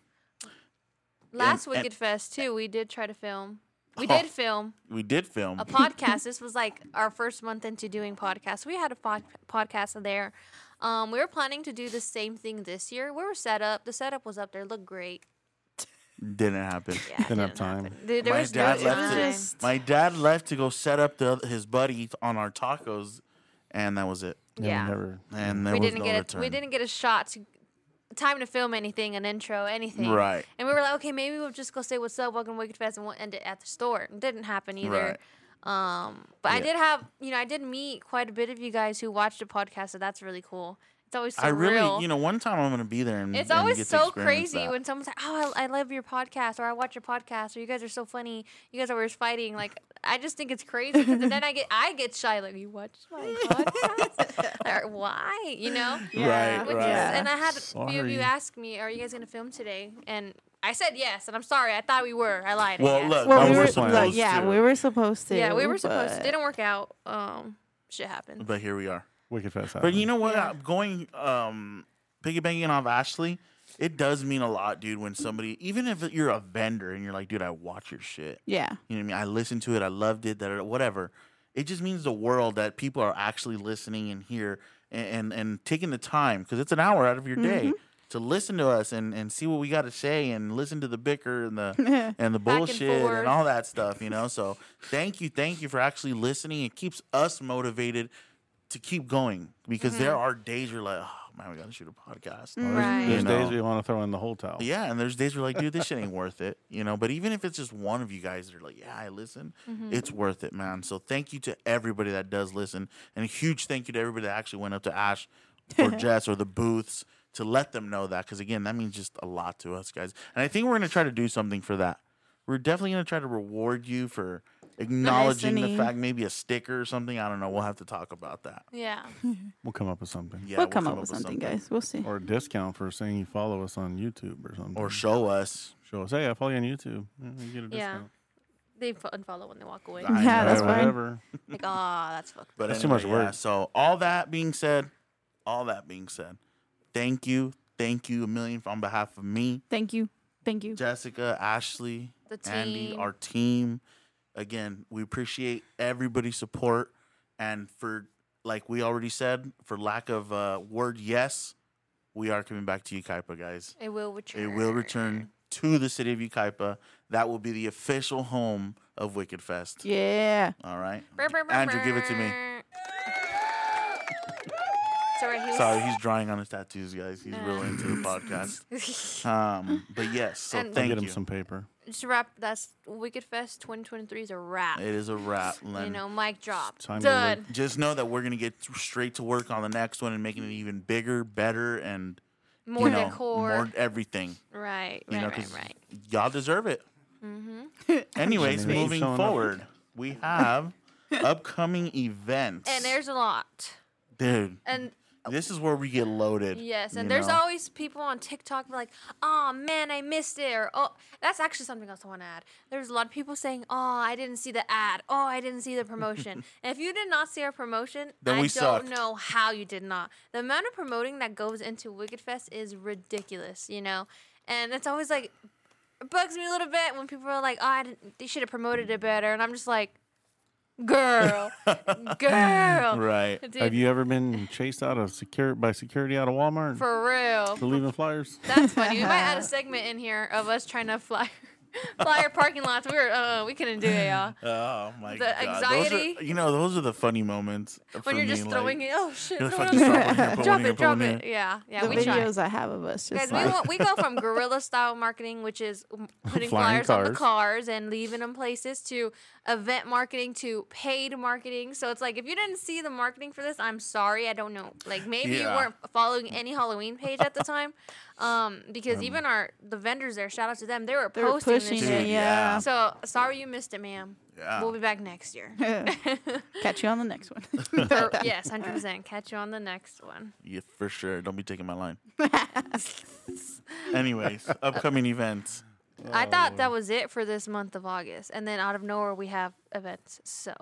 Speaker 2: Last
Speaker 1: And- and-
Speaker 2: Wicked Fest too, we did try to film. We
Speaker 1: Oh.
Speaker 2: did film
Speaker 1: we did film.
Speaker 2: a podcast. this was like our first month into doing podcasts. We had a pod- podcast there. Um, we were planning to do the same thing this year. We were set up. The setup was up there. Looked great.
Speaker 1: Didn't happen.
Speaker 2: Yeah, it
Speaker 4: Didn't have time.
Speaker 2: happen. There, there
Speaker 1: My
Speaker 2: was
Speaker 1: dad
Speaker 2: no
Speaker 1: left
Speaker 2: time.
Speaker 1: it. My dad left to go set up the, his buddy on our tacos and that was it.
Speaker 4: we
Speaker 2: Yeah.
Speaker 4: never-
Speaker 1: And there
Speaker 2: Mm. we
Speaker 1: was no
Speaker 2: didn't get
Speaker 1: return.
Speaker 2: a we didn't get a shot to time to film anything, an intro, anything.
Speaker 1: Right.
Speaker 2: And we were like, okay, maybe we'll just go say what's up, welcome to Wicked Fest, and we'll end it at the store. It didn't happen either. Um, but I
Speaker 1: Yeah.
Speaker 2: did have, you know, I did meet quite a bit of you guys who watched the podcast, so that's really cool. It's always so
Speaker 1: I really,
Speaker 2: real.
Speaker 1: you know, one time I'm gonna be there and
Speaker 2: it's
Speaker 1: and
Speaker 2: always
Speaker 1: get to
Speaker 2: so
Speaker 1: experience
Speaker 2: crazy
Speaker 1: that.
Speaker 2: when someone's like, "Oh, I, I love your podcast," or "I watch your podcast," or "You guys are so funny. You guys are always fighting." Like, I just think it's crazy. 'cause then I get, I get shy. Like, you watch my podcast? or why? You know?
Speaker 3: Yeah.
Speaker 1: Right,
Speaker 2: Which is-
Speaker 1: right.
Speaker 2: and I had a few of you
Speaker 4: Sorry.
Speaker 2: ask me, "Are you guys gonna film today?" And I said yes, and I'm sorry. I thought we were. I lied. I
Speaker 1: Well,
Speaker 2: guess.
Speaker 1: look,
Speaker 4: That
Speaker 3: Well,
Speaker 4: was
Speaker 3: we
Speaker 4: the
Speaker 3: were
Speaker 4: plan.
Speaker 3: like, yeah,
Speaker 1: Supposed
Speaker 3: we
Speaker 1: to.
Speaker 3: were supposed to.
Speaker 2: yeah, we were supposed to.
Speaker 3: but-
Speaker 2: Didn't work out. Um, shit happens.
Speaker 1: But here we are.
Speaker 4: Wicked Fest.
Speaker 1: But you
Speaker 4: happened.
Speaker 1: know what? I'm Going um piggybacking off Ashley, it does mean a lot, dude, when somebody even if you're a vendor and you're like, dude, I watch your shit.
Speaker 3: Yeah.
Speaker 1: You know what I mean? I listened to it. I loved it. That whatever. It just means the world that people are actually listening and here and and, and taking the time because it's an hour out of your day
Speaker 2: Mm-hmm.
Speaker 1: to listen to us and, and see what we got to say and listen to the bicker and the and the
Speaker 2: and
Speaker 1: bullshit and,
Speaker 2: forth.
Speaker 1: all that stuff. You know. So thank you, thank you for actually listening. It keeps us motivated to keep going because there are days you're like, oh man, we got to shoot a podcast.
Speaker 2: Mm-hmm. Right.
Speaker 4: There's
Speaker 1: You
Speaker 4: days
Speaker 1: know.
Speaker 4: we want to throw in the whole towel.
Speaker 1: Yeah, and there's days where like, dude, this shit ain't worth it, you know. But even if it's just one of you guys that are like, yeah, I listen,
Speaker 3: Mm-hmm.
Speaker 1: it's worth it, man. So thank you to everybody that does listen, and a huge thank you to everybody that actually went up to Ash or Jess or the booths to let them know that, because again, that means just a lot to us guys. And I think we're gonna try to do something for that. We're definitely gonna try to reward you for acknowledging the
Speaker 3: Listening.
Speaker 1: fact, maybe a sticker or something. I don't know. We'll have to talk about that.
Speaker 2: yeah.
Speaker 4: We'll come up with something.
Speaker 1: Yeah,
Speaker 3: we'll come, up with something, guys. We'll see.
Speaker 4: Or a discount for saying you follow us on YouTube or something.
Speaker 1: Or show us.
Speaker 4: show us, hey, I follow you on YouTube. Yeah, you get a
Speaker 2: Yeah. Oh,
Speaker 4: discount.
Speaker 2: They fo- unfollow when they walk away.
Speaker 1: I
Speaker 3: Yeah,
Speaker 1: know.
Speaker 3: that's
Speaker 4: Or
Speaker 3: fine.
Speaker 4: whatever.
Speaker 2: Like, ah, that's fucked.
Speaker 1: But
Speaker 4: That's too
Speaker 1: anyway,
Speaker 4: much work.
Speaker 1: yeah, so all that being said, all that being said, thank you, thank you a million on behalf of me,
Speaker 3: Thank you. Thank you.
Speaker 1: Jessica, Ashley,
Speaker 2: The
Speaker 1: Andy,
Speaker 2: team.
Speaker 1: our team. Again, we appreciate everybody's support, and for like we already said, for lack of uh, word yes, we are coming back to Ukaipa, guys.
Speaker 2: It will return.
Speaker 1: It will return to the city of Ukaipa. That will be the official home of Wicked Fest.
Speaker 3: Yeah.
Speaker 1: All right,
Speaker 2: Brr, brr, brr,
Speaker 1: Andrew, give it to me.
Speaker 2: brr. Sorry, he was.
Speaker 1: Sorry, he's drawing on his tattoos, guys. He's real
Speaker 2: Ah.
Speaker 1: into the podcast. Um, but yes, so
Speaker 2: And- I'll
Speaker 4: I'll
Speaker 1: thank
Speaker 4: get him
Speaker 1: you.
Speaker 4: some paper.
Speaker 2: Just to wrap. That's Wicked Fest 2023 is a wrap.
Speaker 1: it is a wrap, Len.
Speaker 2: You know, mic drop.
Speaker 4: time to
Speaker 2: Done.
Speaker 1: Just know that we're gonna get straight to work on the next one and making it even bigger, better, and
Speaker 2: More
Speaker 1: you know,
Speaker 2: decor.
Speaker 1: more everything.
Speaker 2: right.
Speaker 1: You
Speaker 2: Right.
Speaker 1: know,
Speaker 2: right.
Speaker 1: 'cause
Speaker 2: Right.
Speaker 1: y'all deserve it.
Speaker 2: Mm-hmm.
Speaker 1: Anyways,
Speaker 4: Shouldn't even
Speaker 1: moving
Speaker 4: showing up.
Speaker 1: forward, we have upcoming events.
Speaker 2: And there's a lot.
Speaker 1: dude,
Speaker 2: And
Speaker 1: This is where we get loaded.
Speaker 2: Yes,
Speaker 1: you
Speaker 2: and there's
Speaker 1: know?
Speaker 2: always people on TikTok be like, "Oh man, I missed it," or "Oh, that's actually something else I want to add." There's a lot of people saying, "Oh, I didn't see the ad. Oh, I didn't see the promotion." and if you did not see our promotion,
Speaker 1: Then
Speaker 2: I
Speaker 1: we
Speaker 2: don't
Speaker 1: sucked.
Speaker 2: know how you did not. The amount of promoting that goes into Wicked Fest is ridiculous, you know. And it's always like it bugs me a little bit when people are like, "Oh, I didn't, they should have promoted it better," and I'm just like, "Girl, girl,
Speaker 1: right.
Speaker 2: Dude,
Speaker 4: Have you ever been chased out of secure by security out of Walmart for,
Speaker 2: for real."
Speaker 4: leaving flyers?
Speaker 2: That's funny. We might add a segment in here of us trying to fly, fly our parking lots. We were, uh, we couldn't do it, y'all.
Speaker 1: Oh my
Speaker 2: The
Speaker 1: god. Those are-
Speaker 2: anxiety.
Speaker 1: you know, those are the funny moments. for
Speaker 2: When you're
Speaker 1: me,
Speaker 2: just throwing
Speaker 1: like,
Speaker 2: it, oh shit,
Speaker 1: You're
Speaker 2: throw
Speaker 1: like,
Speaker 2: it
Speaker 1: fuck,
Speaker 2: on
Speaker 1: stop
Speaker 2: the-
Speaker 1: putting it, put
Speaker 2: drop
Speaker 1: one in,
Speaker 2: it,
Speaker 1: put one
Speaker 2: drop
Speaker 1: in.
Speaker 2: it. Yeah, yeah,
Speaker 3: the
Speaker 2: we try.
Speaker 3: videos I have of us just
Speaker 2: Guys,
Speaker 3: like
Speaker 2: we, want, we go from guerrilla style marketing, which is m- putting
Speaker 4: Flying
Speaker 2: flyers on the cars and leaving them places, to event marketing, to paid marketing. So it's like if you didn't see the marketing for this, I'm sorry, I don't know. Like maybe you
Speaker 1: Yeah.
Speaker 2: weren't following any Halloween page at the time, um, because even our the vendors there, shout out to them, they were
Speaker 3: they were
Speaker 2: posting
Speaker 3: pushing
Speaker 2: this
Speaker 1: Dude,
Speaker 2: shit.
Speaker 3: it.
Speaker 1: yeah.
Speaker 3: Yeah.
Speaker 2: So sorry you missed it, ma'am.
Speaker 1: Yeah.
Speaker 2: We'll be back next year.
Speaker 3: Catch you on the next one.
Speaker 2: Or- yes, hundred percent. Catch you on the next one.
Speaker 1: Yeah, for sure. Don't be taking my line. Anyways, upcoming events.
Speaker 2: I
Speaker 1: Oh,
Speaker 2: thought that was it for this month of August, and then out of nowhere we have events. So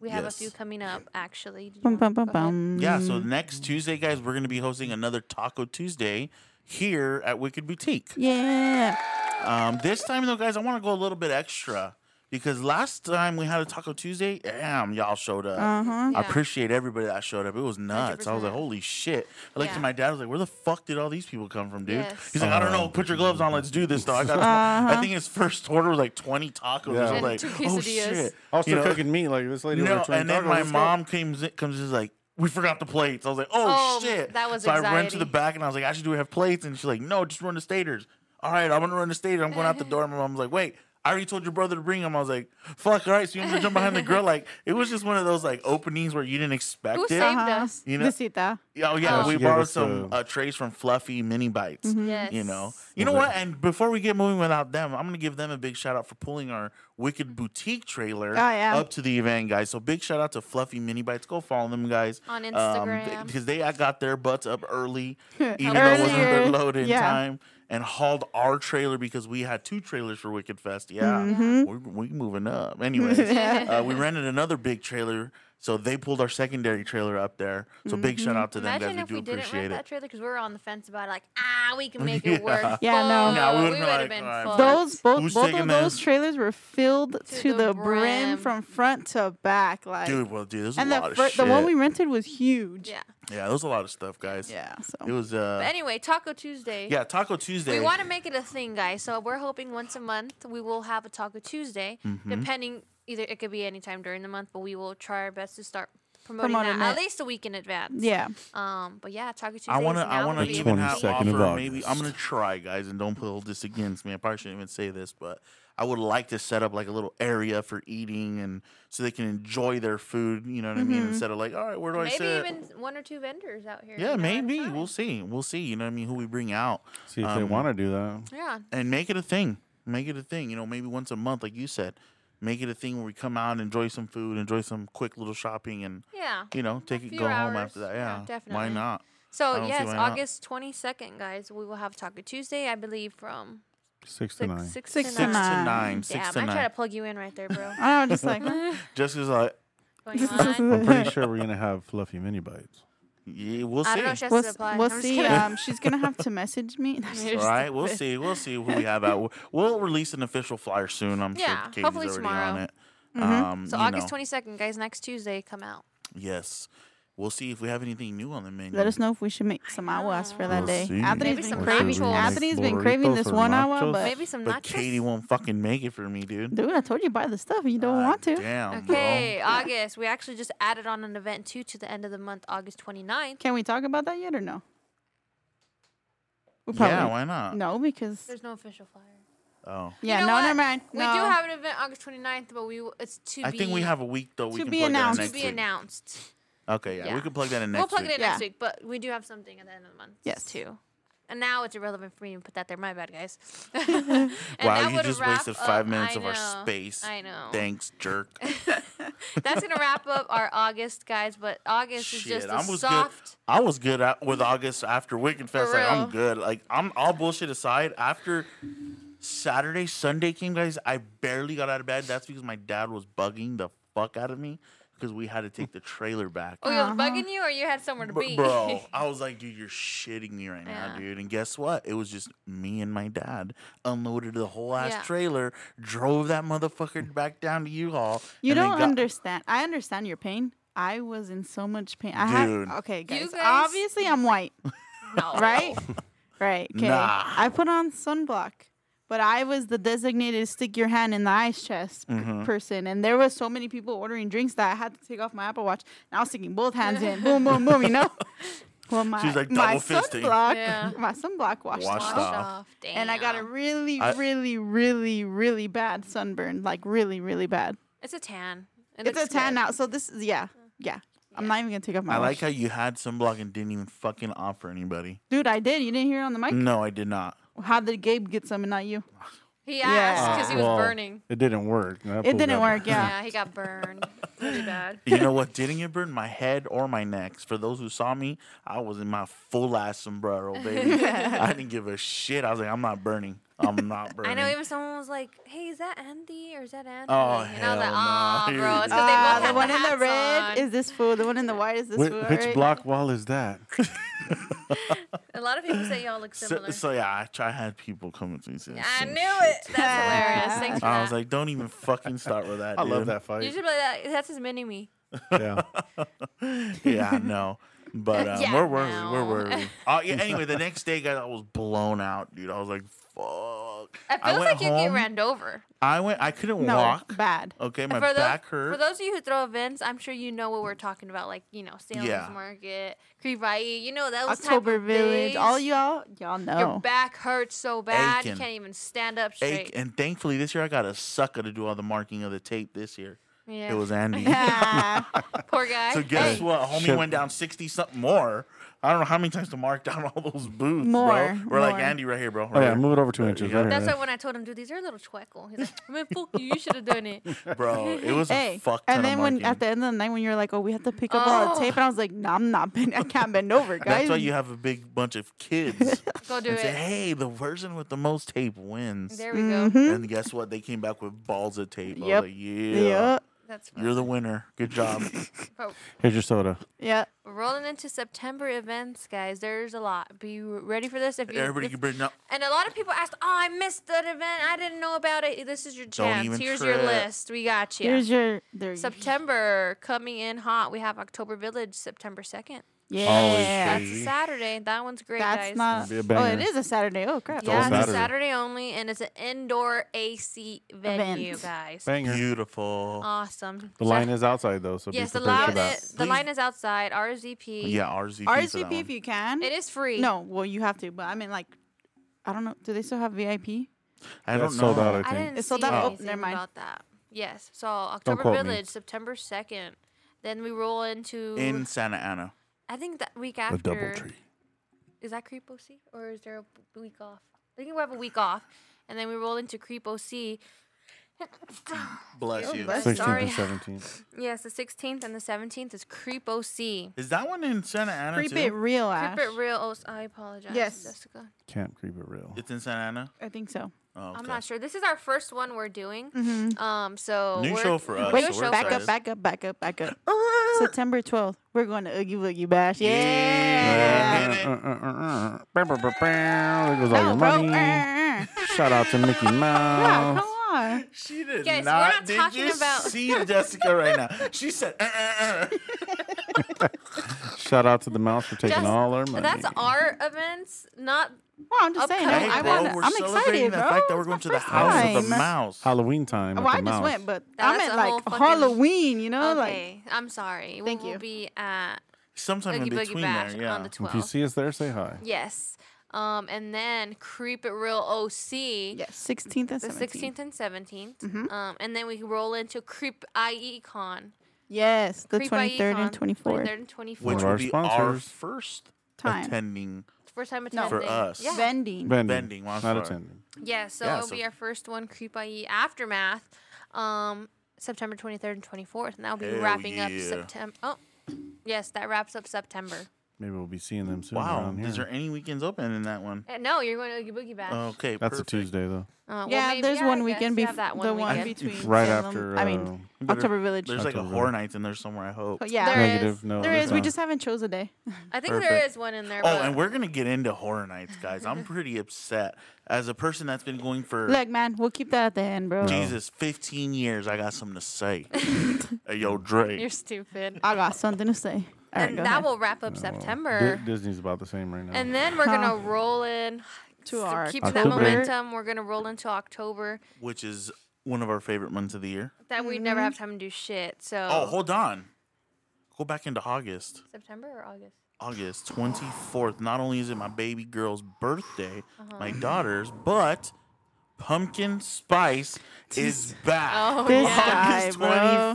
Speaker 2: we have
Speaker 1: Yes.
Speaker 2: a few coming up. Actually, Did you
Speaker 3: Bum,
Speaker 2: want-
Speaker 3: bum, bum,
Speaker 2: go ahead.
Speaker 3: bum.
Speaker 1: Yeah, so next Tuesday, guys, we're going to be hosting another Taco Tuesday here at Wicked Boutique.
Speaker 3: Yeah.
Speaker 1: Um, this time, though, guys, I want to go a little bit extra because last time we had a Taco Tuesday, damn, y'all showed up.
Speaker 3: Uh huh.
Speaker 1: I
Speaker 2: Yeah.
Speaker 1: appreciate everybody that showed up. It was nuts. I was like,
Speaker 2: 100%.
Speaker 1: holy shit. I looked
Speaker 2: Yeah.
Speaker 1: at my dad. I was like, where the fuck did all these people come from, dude?
Speaker 2: Yes. Uh-huh.
Speaker 1: He's like, I don't know. Put your gloves on. Let's do this, though. I, got tw- I think his first order was like 20 tacos.
Speaker 4: Yeah.
Speaker 1: I was
Speaker 4: And
Speaker 1: like,
Speaker 2: two
Speaker 1: oh,
Speaker 2: quesadillas.
Speaker 1: shit.
Speaker 4: I was
Speaker 1: You
Speaker 4: still
Speaker 1: know?
Speaker 4: cooking meat like this lady. over
Speaker 1: No,
Speaker 4: here trying
Speaker 1: and then
Speaker 4: tacos.
Speaker 1: my
Speaker 4: Let's go.
Speaker 1: mom comes in, comes in, is like, we forgot the plates. I was like, oh,
Speaker 2: Oh,
Speaker 1: shit.
Speaker 2: that was
Speaker 1: so I ran to
Speaker 2: anxiety.
Speaker 1: the back and I was like, actually, do we have plates? And she's like, no, just run to Staters. All right, I'm gonna run to Staters. I'm going out the door. My mom's like, wait. I already told your brother to bring him. I was like, "Fuck, all right." So you want me to jump behind the grill? Like it was just one of those like openings where you didn't expect
Speaker 2: Who
Speaker 1: it.
Speaker 2: saved us?
Speaker 1: You know-
Speaker 3: uh-huh. Visita.
Speaker 1: Oh yeah,
Speaker 2: Oh.
Speaker 1: we
Speaker 4: She gave
Speaker 1: borrowed
Speaker 4: us
Speaker 1: some
Speaker 4: the-
Speaker 1: uh, trays from Fluffy Mini Bites.
Speaker 2: Yes.
Speaker 1: Mm-hmm. You know, you know what? And before we get moving without them, I'm gonna give them a big shout out for pulling our Wicked Boutique trailer
Speaker 3: Oh, yeah.
Speaker 1: up to the event, guys. So big shout out to Fluffy Mini Bites. Go follow them, guys,
Speaker 2: On Instagram.
Speaker 1: um, because they I got their butts up early, even though it wasn't their
Speaker 3: Uh, Earlier.
Speaker 1: load in
Speaker 3: Yeah.
Speaker 1: time, and hauled our trailer because we had two trailers for Wicked Fest. Yeah,
Speaker 3: Mm-hmm.
Speaker 1: we're, we moving up. Anyways, uh, we rented another big trailer. So they pulled our secondary trailer up there. So big
Speaker 3: Mm-hmm.
Speaker 1: shout out to them,
Speaker 2: Imagine
Speaker 1: guys.
Speaker 2: if
Speaker 1: We do
Speaker 2: we didn't
Speaker 1: appreciate
Speaker 2: rent
Speaker 1: it.
Speaker 2: that trailer because we were on the fence about it, like ah, we can make it work.
Speaker 3: Yeah,
Speaker 1: No,
Speaker 3: no.
Speaker 1: we
Speaker 2: Fuck,
Speaker 1: would've
Speaker 2: we
Speaker 1: been
Speaker 2: would've
Speaker 1: like,
Speaker 2: been
Speaker 1: alright,
Speaker 2: fucked.
Speaker 3: Those both
Speaker 1: Who's
Speaker 3: both
Speaker 1: taking
Speaker 3: of those
Speaker 1: this?
Speaker 3: trailers were filled
Speaker 2: To
Speaker 3: to,
Speaker 2: the
Speaker 3: the, brim,
Speaker 2: brim.
Speaker 3: from front to back, like.
Speaker 1: Dude, well, dude, there's a
Speaker 3: and
Speaker 1: lot
Speaker 3: the
Speaker 1: of
Speaker 3: fir-
Speaker 1: shit.
Speaker 3: the one we rented was huge.
Speaker 2: Yeah.
Speaker 1: yeah, there's a lot of stuff, guys.
Speaker 3: Yeah.
Speaker 1: It
Speaker 3: So.
Speaker 1: was, uh,
Speaker 2: But anyway, Taco Tuesday.
Speaker 1: yeah, Taco Tuesday.
Speaker 2: We want to make it a thing, guys. So we're hoping once a month we will have a Taco Tuesday,
Speaker 1: Mm-hmm.
Speaker 2: depending either it could be any time during the month, but we will try our best to start promoting,
Speaker 3: Promoting
Speaker 2: that at
Speaker 3: it.
Speaker 2: least a week in advance.
Speaker 3: Yeah.
Speaker 2: Um. But yeah, Taco Tuesday.
Speaker 1: I want to,
Speaker 2: is now
Speaker 1: I want
Speaker 2: gonna
Speaker 1: to
Speaker 2: be-
Speaker 1: even have
Speaker 4: 22nd of
Speaker 1: offer maybe. I'm
Speaker 4: August.
Speaker 1: gonna try, guys, and don't hold this against me. I probably shouldn't even say this, but I would like to set up like a little area for eating, and so they can enjoy their food. You know what I mean? Instead of like, all right, where do I
Speaker 2: Mm-hmm. Maybe
Speaker 1: sit?
Speaker 2: even one or two vendors out here.
Speaker 1: yeah,
Speaker 2: you know, at a
Speaker 1: maybe
Speaker 2: time.
Speaker 1: we'll see. We'll see. You know what I mean? Who we bring out
Speaker 4: See if they
Speaker 1: Um,
Speaker 4: want to do that.
Speaker 2: Yeah.
Speaker 1: and make it a thing. Make it a thing. You know, maybe once a month, like you said, make it a thing where we come out, enjoy some food, enjoy some quick little shopping, and
Speaker 2: Yeah.
Speaker 1: you know, take it,
Speaker 2: few
Speaker 1: go home
Speaker 2: hours.
Speaker 1: after that.
Speaker 2: Yeah,
Speaker 1: Yeah, Why
Speaker 2: definitely.
Speaker 1: not? I
Speaker 2: So
Speaker 1: don't see
Speaker 2: yes,
Speaker 1: why not.
Speaker 2: August twenty second, guys, we will have Taco Tuesday, I believe, from
Speaker 4: Six to
Speaker 2: six
Speaker 4: nine.
Speaker 2: six,
Speaker 3: Six
Speaker 2: to
Speaker 3: to
Speaker 1: Six
Speaker 2: nine.
Speaker 1: to
Speaker 3: Nah.
Speaker 1: nine. Six
Speaker 2: Damn,
Speaker 1: to
Speaker 2: I try to
Speaker 1: nine.
Speaker 2: plug you in right there, bro.
Speaker 3: I know, just like.
Speaker 1: Just as like,
Speaker 2: Going on.
Speaker 4: I'm pretty sure we're gonna have fluffy mini bites.
Speaker 1: yeah, we'll
Speaker 2: I don't know if
Speaker 1: see.
Speaker 2: she has
Speaker 3: We'll,
Speaker 2: to
Speaker 3: s-
Speaker 2: apply.
Speaker 3: we'll
Speaker 2: I'm just
Speaker 3: see.
Speaker 2: kidding.
Speaker 3: Um, she's gonna have to message me.
Speaker 1: All right, we'll see. We'll see who we have out. We'll- We'll release an official flyer soon. I'm
Speaker 2: Yeah,
Speaker 1: sure Katie's
Speaker 2: hopefully
Speaker 1: already on
Speaker 2: tomorrow. Mm-hmm.
Speaker 1: it. Um,
Speaker 2: So
Speaker 1: you
Speaker 2: August
Speaker 1: know,
Speaker 2: twenty second, guys, next Tuesday, come out.
Speaker 1: Yes, we'll see if we have anything new on the menu.
Speaker 3: Let us know if we should make some aguas for that
Speaker 1: We'll
Speaker 3: day.
Speaker 1: see.
Speaker 3: Anthony's
Speaker 2: Maybe
Speaker 3: been
Speaker 2: some
Speaker 3: craving.
Speaker 2: nachos.
Speaker 3: Anthony's been
Speaker 4: Burritos
Speaker 3: craving this
Speaker 4: or
Speaker 3: one
Speaker 4: nachos?
Speaker 3: agua, but
Speaker 2: Maybe some
Speaker 1: but
Speaker 2: nachos.
Speaker 1: Katie won't fucking make it for me, dude.
Speaker 3: dude, I told you buy the stuff. You don't
Speaker 1: God
Speaker 3: want to.
Speaker 1: Damn. bro.
Speaker 2: Okay, August. We actually just added on an event too to the end of the month, August 29th.
Speaker 3: Can we talk about that yet or no? We
Speaker 1: Yeah,
Speaker 3: probably
Speaker 1: why not?
Speaker 3: no because
Speaker 2: There's no official flyer.
Speaker 1: Oh.
Speaker 3: yeah,
Speaker 2: You know
Speaker 3: no,
Speaker 2: what?
Speaker 3: never mind.
Speaker 2: We
Speaker 3: no.
Speaker 2: do have an event August 29th, but we w- it's to
Speaker 1: I
Speaker 2: be
Speaker 1: think we have a week though. We
Speaker 3: To
Speaker 1: can
Speaker 3: be
Speaker 1: plug
Speaker 3: announced.
Speaker 1: That
Speaker 2: to
Speaker 1: in next
Speaker 2: be
Speaker 1: week.
Speaker 2: announced.
Speaker 1: Okay, yeah,
Speaker 2: Yeah.
Speaker 1: we could plug that in
Speaker 2: We'll
Speaker 1: next
Speaker 2: plug
Speaker 1: week.
Speaker 2: it in
Speaker 3: Yeah.
Speaker 2: next week, but we do have something at the end of the month
Speaker 3: Yes.
Speaker 2: too. And now it's irrelevant for me to put that there. My bad, guys. And
Speaker 1: Wow,
Speaker 2: that
Speaker 1: you
Speaker 2: would
Speaker 1: just
Speaker 2: wrap
Speaker 1: wasted five
Speaker 2: up-
Speaker 1: minutes
Speaker 2: I
Speaker 1: of our
Speaker 2: know,
Speaker 1: space.
Speaker 2: I know.
Speaker 1: Thanks, jerk.
Speaker 2: That's gonna wrap up our August, guys. But August is
Speaker 1: Shit,
Speaker 2: just a
Speaker 1: I was
Speaker 2: soft.
Speaker 1: good. I was good at, with August after Wicked Fest. Like
Speaker 2: real.
Speaker 1: I'm good. Like I'm all bullshit aside. After Saturday, Sunday came, guys. I barely got out of bed. That's because my dad was bugging the fuck out of me because we had to take the trailer back.
Speaker 2: Oh, it was
Speaker 3: Uh-huh.
Speaker 2: bugging you, or you had somewhere to
Speaker 1: Br-
Speaker 2: be?
Speaker 1: bro, I was like, dude, you're shitting me right now,
Speaker 2: Yeah.
Speaker 1: dude. And guess what? It was just me and my dad unloaded the whole ass
Speaker 2: Yeah.
Speaker 1: trailer, drove that motherfucker back down to U-Haul.
Speaker 3: You
Speaker 1: and then
Speaker 3: don't
Speaker 1: got-
Speaker 3: understand. I understand your pain. I was in so much pain. I had
Speaker 1: Dude.
Speaker 3: okay, guys,
Speaker 2: guys-
Speaker 3: Obviously, I'm white,
Speaker 2: no.
Speaker 3: right? right. Okay.
Speaker 1: Nah.
Speaker 3: I put on sunblock, but I was the designated stick your hand in the ice chest p-
Speaker 1: Mm-hmm.
Speaker 3: person, and there was so many people ordering drinks that I had to take off my Apple Watch, and I was sticking both hands in, boom, boom, boom. You know. Well, my
Speaker 1: She's like
Speaker 3: my
Speaker 1: double fisting.
Speaker 3: sunblock,
Speaker 2: Yeah.
Speaker 3: my sunblock washed
Speaker 1: Washed
Speaker 3: off.
Speaker 2: Washed
Speaker 1: off.
Speaker 2: off.
Speaker 3: And I got a
Speaker 2: Damn.
Speaker 3: really,
Speaker 1: I-
Speaker 3: really, really, really bad sunburn. Like really, really bad.
Speaker 2: It's a tan. It
Speaker 3: It's a
Speaker 2: looks
Speaker 3: tan
Speaker 2: good.
Speaker 3: now. So this is yeah. Yeah. I'm not even gonna take off my
Speaker 1: I like
Speaker 3: watch.
Speaker 1: how you had sunblock and didn't even fucking offer anybody.
Speaker 3: Dude, I did. You didn't hear it on the mic?
Speaker 1: No, I did not.
Speaker 3: How did Gabe get some and not you?
Speaker 2: He asked because he was
Speaker 4: Well,
Speaker 2: burning.
Speaker 4: It didn't work. That
Speaker 3: It
Speaker 4: fool
Speaker 3: didn't
Speaker 4: got-
Speaker 3: work,
Speaker 2: Yeah.
Speaker 3: yeah.
Speaker 2: he got burned pretty bad.
Speaker 1: You know what? Didn't it burn my head or my neck? For those who saw me, I was in my full ass sombrero, baby. I didn't give a shit. I was like, I'm not burning. I'm not burning.
Speaker 2: I know even someone was like, "Hey, is that Andy or is that Andy?"
Speaker 1: Oh,
Speaker 2: and I was like,
Speaker 1: hell
Speaker 2: "Oh,
Speaker 1: no.
Speaker 2: bro, it's 'cause they both
Speaker 3: Ah,
Speaker 2: had
Speaker 3: the one in the
Speaker 2: hats
Speaker 3: red
Speaker 2: on."
Speaker 3: is this food. The one in the white is this
Speaker 4: Whi-
Speaker 3: food.
Speaker 4: which
Speaker 3: alright?
Speaker 4: block wall is that?
Speaker 2: A lot of people say y'all look
Speaker 1: so,
Speaker 2: similar.
Speaker 1: so yeah, I, try, I had people coming to me. saying the
Speaker 2: I
Speaker 1: same
Speaker 2: knew
Speaker 1: shit.
Speaker 2: it. That's hilarious. Thanks for
Speaker 1: I
Speaker 2: that.
Speaker 1: was like, don't even fucking start with that.
Speaker 4: I love
Speaker 1: dude.
Speaker 4: that
Speaker 2: you
Speaker 4: fight.
Speaker 2: should be like, that. "That's his mini me."
Speaker 4: yeah.
Speaker 1: yeah, no. But um,
Speaker 2: Yeah,
Speaker 1: where were we? Where
Speaker 2: no.
Speaker 1: were we? Uh, yeah, anyway, the next day, guys, I was blown out, dude. I was like, fuck.
Speaker 2: It
Speaker 1: I
Speaker 2: feels
Speaker 1: went
Speaker 2: like you get
Speaker 1: home.
Speaker 2: ran over.
Speaker 1: I went. I couldn't
Speaker 3: No,
Speaker 1: walk.
Speaker 3: bad.
Speaker 1: Okay,
Speaker 2: And
Speaker 1: my
Speaker 2: for
Speaker 1: back
Speaker 2: those,
Speaker 1: hurt.
Speaker 2: For those of you who throw events, I'm sure you know what we're talking about, like you know, Salem's
Speaker 1: Yeah.
Speaker 2: Market, Crevae. You know those
Speaker 3: October
Speaker 2: type of
Speaker 3: Village.
Speaker 2: days.
Speaker 3: All y'all,
Speaker 2: Your
Speaker 3: y'all know.
Speaker 2: back hurts so bad
Speaker 1: Aching.
Speaker 2: you can't even stand up
Speaker 1: ache,
Speaker 2: straight.
Speaker 1: and thankfully this year I got a sucker to do all the marking of the tape this year.
Speaker 2: Yeah,
Speaker 1: It was Andy.
Speaker 3: Ah,
Speaker 2: poor guy.
Speaker 1: so guess
Speaker 2: Hey,
Speaker 1: what? Homie
Speaker 4: Shit.
Speaker 1: went down sixty something more. I don't know how many times to mark down all those booths,
Speaker 3: More,
Speaker 1: bro. We're like
Speaker 3: more.
Speaker 1: Andy right here, bro.
Speaker 4: Oh
Speaker 1: Right
Speaker 4: yeah, move it over two inches.
Speaker 1: Yeah.
Speaker 4: Right here,
Speaker 2: That's
Speaker 4: right.
Speaker 2: why when I told him, dude, these are a little tweckle. He's like, man, fuck you. You should have done it.
Speaker 1: here. bro. It was a
Speaker 3: hey.
Speaker 1: fuck ton
Speaker 3: And then
Speaker 1: of
Speaker 3: when
Speaker 1: marking.
Speaker 3: at the end of the night when you're like, Oh, we have to pick up all the
Speaker 2: Oh.
Speaker 3: tape and I was like, No, I'm not bend I can't bend over, guys.
Speaker 1: That's why you have a big bunch of kids
Speaker 2: Go do
Speaker 1: and say,
Speaker 2: it.
Speaker 1: "Hey, the person with the most tape wins."
Speaker 2: There we
Speaker 3: Mm-hmm.
Speaker 2: go.
Speaker 1: and guess what? They came back with balls of tape. I
Speaker 3: Yep.
Speaker 1: was like, yeah,
Speaker 3: yeah.
Speaker 2: That's fun.
Speaker 1: you're the winner. Good job.
Speaker 2: But
Speaker 4: Here's your soda.
Speaker 3: Yeah.
Speaker 2: we're rolling into September events, guys. There's a lot. Be ready for this. If you,
Speaker 1: Everybody
Speaker 2: if-
Speaker 1: can bring up.
Speaker 2: and a lot of people asked, "Oh, I missed that event. I didn't know about it. This is your chance.
Speaker 1: even
Speaker 2: Here's your
Speaker 1: trip.
Speaker 2: list. We got you."
Speaker 3: Here's your there you
Speaker 2: September coming in hot. We have October Village, September second.
Speaker 3: Yeah.
Speaker 2: That's a Saturday. That one's great,
Speaker 3: That's
Speaker 2: guys.
Speaker 3: not.
Speaker 4: be a
Speaker 3: Oh, it
Speaker 4: banger.
Speaker 3: is a Saturday. Oh crap.
Speaker 2: yeah, it's a
Speaker 4: Saturday.
Speaker 2: Saturday only, and it's an indoor AC venue,
Speaker 3: Event.
Speaker 2: guys.
Speaker 4: Banger.
Speaker 1: Beautiful.
Speaker 2: Awesome.
Speaker 4: the line is outside though, so
Speaker 2: yes.
Speaker 4: be
Speaker 2: The
Speaker 4: prepared for
Speaker 2: line,
Speaker 4: that.
Speaker 2: is, the line is outside. RSVP.
Speaker 1: yeah, RZP. for that
Speaker 3: RSVP
Speaker 1: one.
Speaker 3: if you can.
Speaker 2: It is free.
Speaker 3: No, well you have to, but I mean like, I don't know. Do they still have VIP?
Speaker 1: I
Speaker 4: Yeah,
Speaker 1: don't
Speaker 4: it's
Speaker 1: know.
Speaker 4: sold out, I
Speaker 2: I
Speaker 4: think.
Speaker 2: didn't
Speaker 3: It's
Speaker 2: see
Speaker 3: sold out. Oh,
Speaker 2: anything
Speaker 3: never mind.
Speaker 2: about that. Yes. So October
Speaker 4: quote me.
Speaker 2: Village, September second. Then we roll into
Speaker 1: in Santa Ana.
Speaker 2: I think that week
Speaker 4: The
Speaker 2: after.
Speaker 4: double tree.
Speaker 2: Is that Creep OC or is there a b- week off? I think we have a week off, and then we roll into Creep OC.
Speaker 1: Bless
Speaker 3: Oh,
Speaker 1: you.
Speaker 3: bless-
Speaker 4: Sixteenth
Speaker 2: Sorry.
Speaker 4: and seventeenth.
Speaker 2: Yes, the 16th and the 17th is Creep OC.
Speaker 1: Is that one in Santa Ana
Speaker 3: Creep
Speaker 1: too?
Speaker 3: it real, Ash.
Speaker 2: Creep it real. Oh, s- I apologize,
Speaker 3: Yes.
Speaker 2: Jessica.
Speaker 4: Camp Creep It Real.
Speaker 1: It's in Santa Ana.
Speaker 3: I think so.
Speaker 1: Oh, okay.
Speaker 2: I'm not sure. This is our first one we're doing. Um, so
Speaker 1: New
Speaker 2: we're-
Speaker 1: show for us.
Speaker 3: Mm-hmm. Mm. Wait,
Speaker 1: so we're
Speaker 3: back up,
Speaker 1: excited.
Speaker 3: back up, back up, back up. September 12th, we're going to Oogie Woogie Bash. Yeah.
Speaker 1: Yeah.
Speaker 4: Uh, uh, uh, uh, uh. Bam, bam, bam, bam. There
Speaker 2: Oh,
Speaker 4: goes all your
Speaker 3: No, Oh, bro.
Speaker 4: money.
Speaker 3: Yeah,
Speaker 4: Shout out to Mickey
Speaker 3: come
Speaker 4: Mouse.
Speaker 1: Oh.
Speaker 3: on.
Speaker 1: She did
Speaker 2: Guys, we're
Speaker 1: not.
Speaker 2: not
Speaker 1: did
Speaker 2: talking
Speaker 1: you
Speaker 2: about-
Speaker 1: see Jessica right now? She said, uh, uh, uh.
Speaker 4: Shout out to the mouse for taking
Speaker 2: Just-
Speaker 4: all our money.
Speaker 2: but that's our events, not
Speaker 3: Well, I'm just saying.
Speaker 2: Upcoming.
Speaker 1: Hey,
Speaker 3: I, I
Speaker 1: bro,
Speaker 3: wanna,
Speaker 1: we're
Speaker 3: I'm
Speaker 1: celebrating
Speaker 3: excited,
Speaker 1: the
Speaker 3: bro.
Speaker 1: fact that we're
Speaker 3: It's
Speaker 1: going
Speaker 3: my
Speaker 1: to the
Speaker 3: first
Speaker 1: house of the
Speaker 3: time.
Speaker 1: mouse.
Speaker 4: Halloween time. at
Speaker 3: Well, Oh, I
Speaker 4: the
Speaker 3: just
Speaker 4: mouse.
Speaker 3: went, but I
Speaker 2: That's
Speaker 3: meant
Speaker 2: a
Speaker 3: like
Speaker 2: whole fucking-
Speaker 3: Halloween, you know? Oh, Like,
Speaker 2: okay. I'm sorry. We
Speaker 3: Thank
Speaker 2: will
Speaker 3: you.
Speaker 2: be at
Speaker 1: Sometime
Speaker 2: Oogie
Speaker 1: in
Speaker 2: Boogie
Speaker 1: between
Speaker 2: Bash
Speaker 1: there, yeah.
Speaker 2: on the
Speaker 4: If you
Speaker 2: 12th.
Speaker 4: see us there, say hi.
Speaker 2: Yes. Um, and then Creep It Real OC.
Speaker 3: yes, 16th and
Speaker 2: The
Speaker 3: 17th.
Speaker 2: 16th and 17th.
Speaker 3: Mm-hmm.
Speaker 2: Um, and then we can roll into Creep IECon.
Speaker 3: Yes, the
Speaker 2: Creep
Speaker 3: 23rd and
Speaker 2: IECon,
Speaker 3: 24th.
Speaker 2: 23rd and 24th.
Speaker 1: Which
Speaker 4: One of our
Speaker 1: will be our
Speaker 4: sponsors.
Speaker 1: first
Speaker 3: Time.
Speaker 1: attending
Speaker 2: First time
Speaker 3: No.
Speaker 2: attending.
Speaker 1: For us.
Speaker 2: Yeah.
Speaker 3: Vending.
Speaker 4: Vending.
Speaker 1: Vending, well, I'm
Speaker 4: not
Speaker 1: sorry.
Speaker 4: attending.
Speaker 2: yeah, so
Speaker 1: Yeah,
Speaker 2: it'll
Speaker 1: so-
Speaker 2: be our first one, Creep IE Aftermath. E Um, September 23rd and 24th, and that'll be
Speaker 1: Hell
Speaker 2: wrapping up
Speaker 1: yeah.
Speaker 2: September. Oh, yes, that wraps up September.
Speaker 4: Maybe we'll be seeing them soon.
Speaker 1: Wow.
Speaker 4: around here.
Speaker 1: Is there any weekends open in that one?
Speaker 2: Uh, no, you're going to Oogie Boogie Bash.
Speaker 1: Okay.
Speaker 4: That's
Speaker 1: perfect.
Speaker 4: a Tuesday though.
Speaker 2: Uh, well,
Speaker 3: yeah,
Speaker 2: maybe-
Speaker 3: there's
Speaker 2: yeah, I
Speaker 3: one
Speaker 2: guess
Speaker 3: weekend
Speaker 2: you
Speaker 3: before
Speaker 2: have that one
Speaker 3: the one
Speaker 2: weekend.
Speaker 1: It's
Speaker 3: between
Speaker 4: Right
Speaker 3: Salem-
Speaker 4: after.
Speaker 3: I mean,
Speaker 1: There-
Speaker 3: October Village.
Speaker 1: There's like uh, a
Speaker 4: October.
Speaker 1: horror nights in there somewhere. I hope.
Speaker 3: So,
Speaker 4: uh,
Speaker 3: yeah,
Speaker 2: There
Speaker 4: negative.
Speaker 2: is.
Speaker 4: No,
Speaker 3: there is. We
Speaker 4: not.
Speaker 3: just haven't chose a day.
Speaker 2: I think there
Speaker 1: Perfect.
Speaker 2: is one in there.
Speaker 1: Oh,
Speaker 2: but-
Speaker 1: and we're gonna get into horror nights, guys. I'm pretty upset as a person that's been going for
Speaker 3: Look, man, we'll keep that at the end, bro.
Speaker 4: No.
Speaker 1: Jesus 15 years. I got something to say. hey, yo, Drake.
Speaker 2: you're stupid.
Speaker 3: I got something to say. All right,
Speaker 2: and
Speaker 3: go
Speaker 2: that
Speaker 3: ahead.
Speaker 2: will wrap up
Speaker 4: No, well, Di-
Speaker 2: September.
Speaker 4: Disney's about the same right now.
Speaker 2: and then we're
Speaker 3: Huh.
Speaker 2: gonna roll in
Speaker 3: To
Speaker 2: so
Speaker 3: our
Speaker 2: keeping that
Speaker 4: October.
Speaker 2: momentum. We're gonna roll into October
Speaker 1: which is one of our favorite months of the year.
Speaker 2: that we
Speaker 3: Mm-hmm.
Speaker 2: never have time to do shit. So
Speaker 1: Oh, hold on. Go back into August.
Speaker 2: September or August?
Speaker 1: August 24th. Not only is it my baby girl's birthday,
Speaker 2: Uh-huh.
Speaker 1: my daughter's, but pumpkin spice is back.
Speaker 2: Oh,
Speaker 3: This
Speaker 2: yeah.
Speaker 3: guy,
Speaker 1: August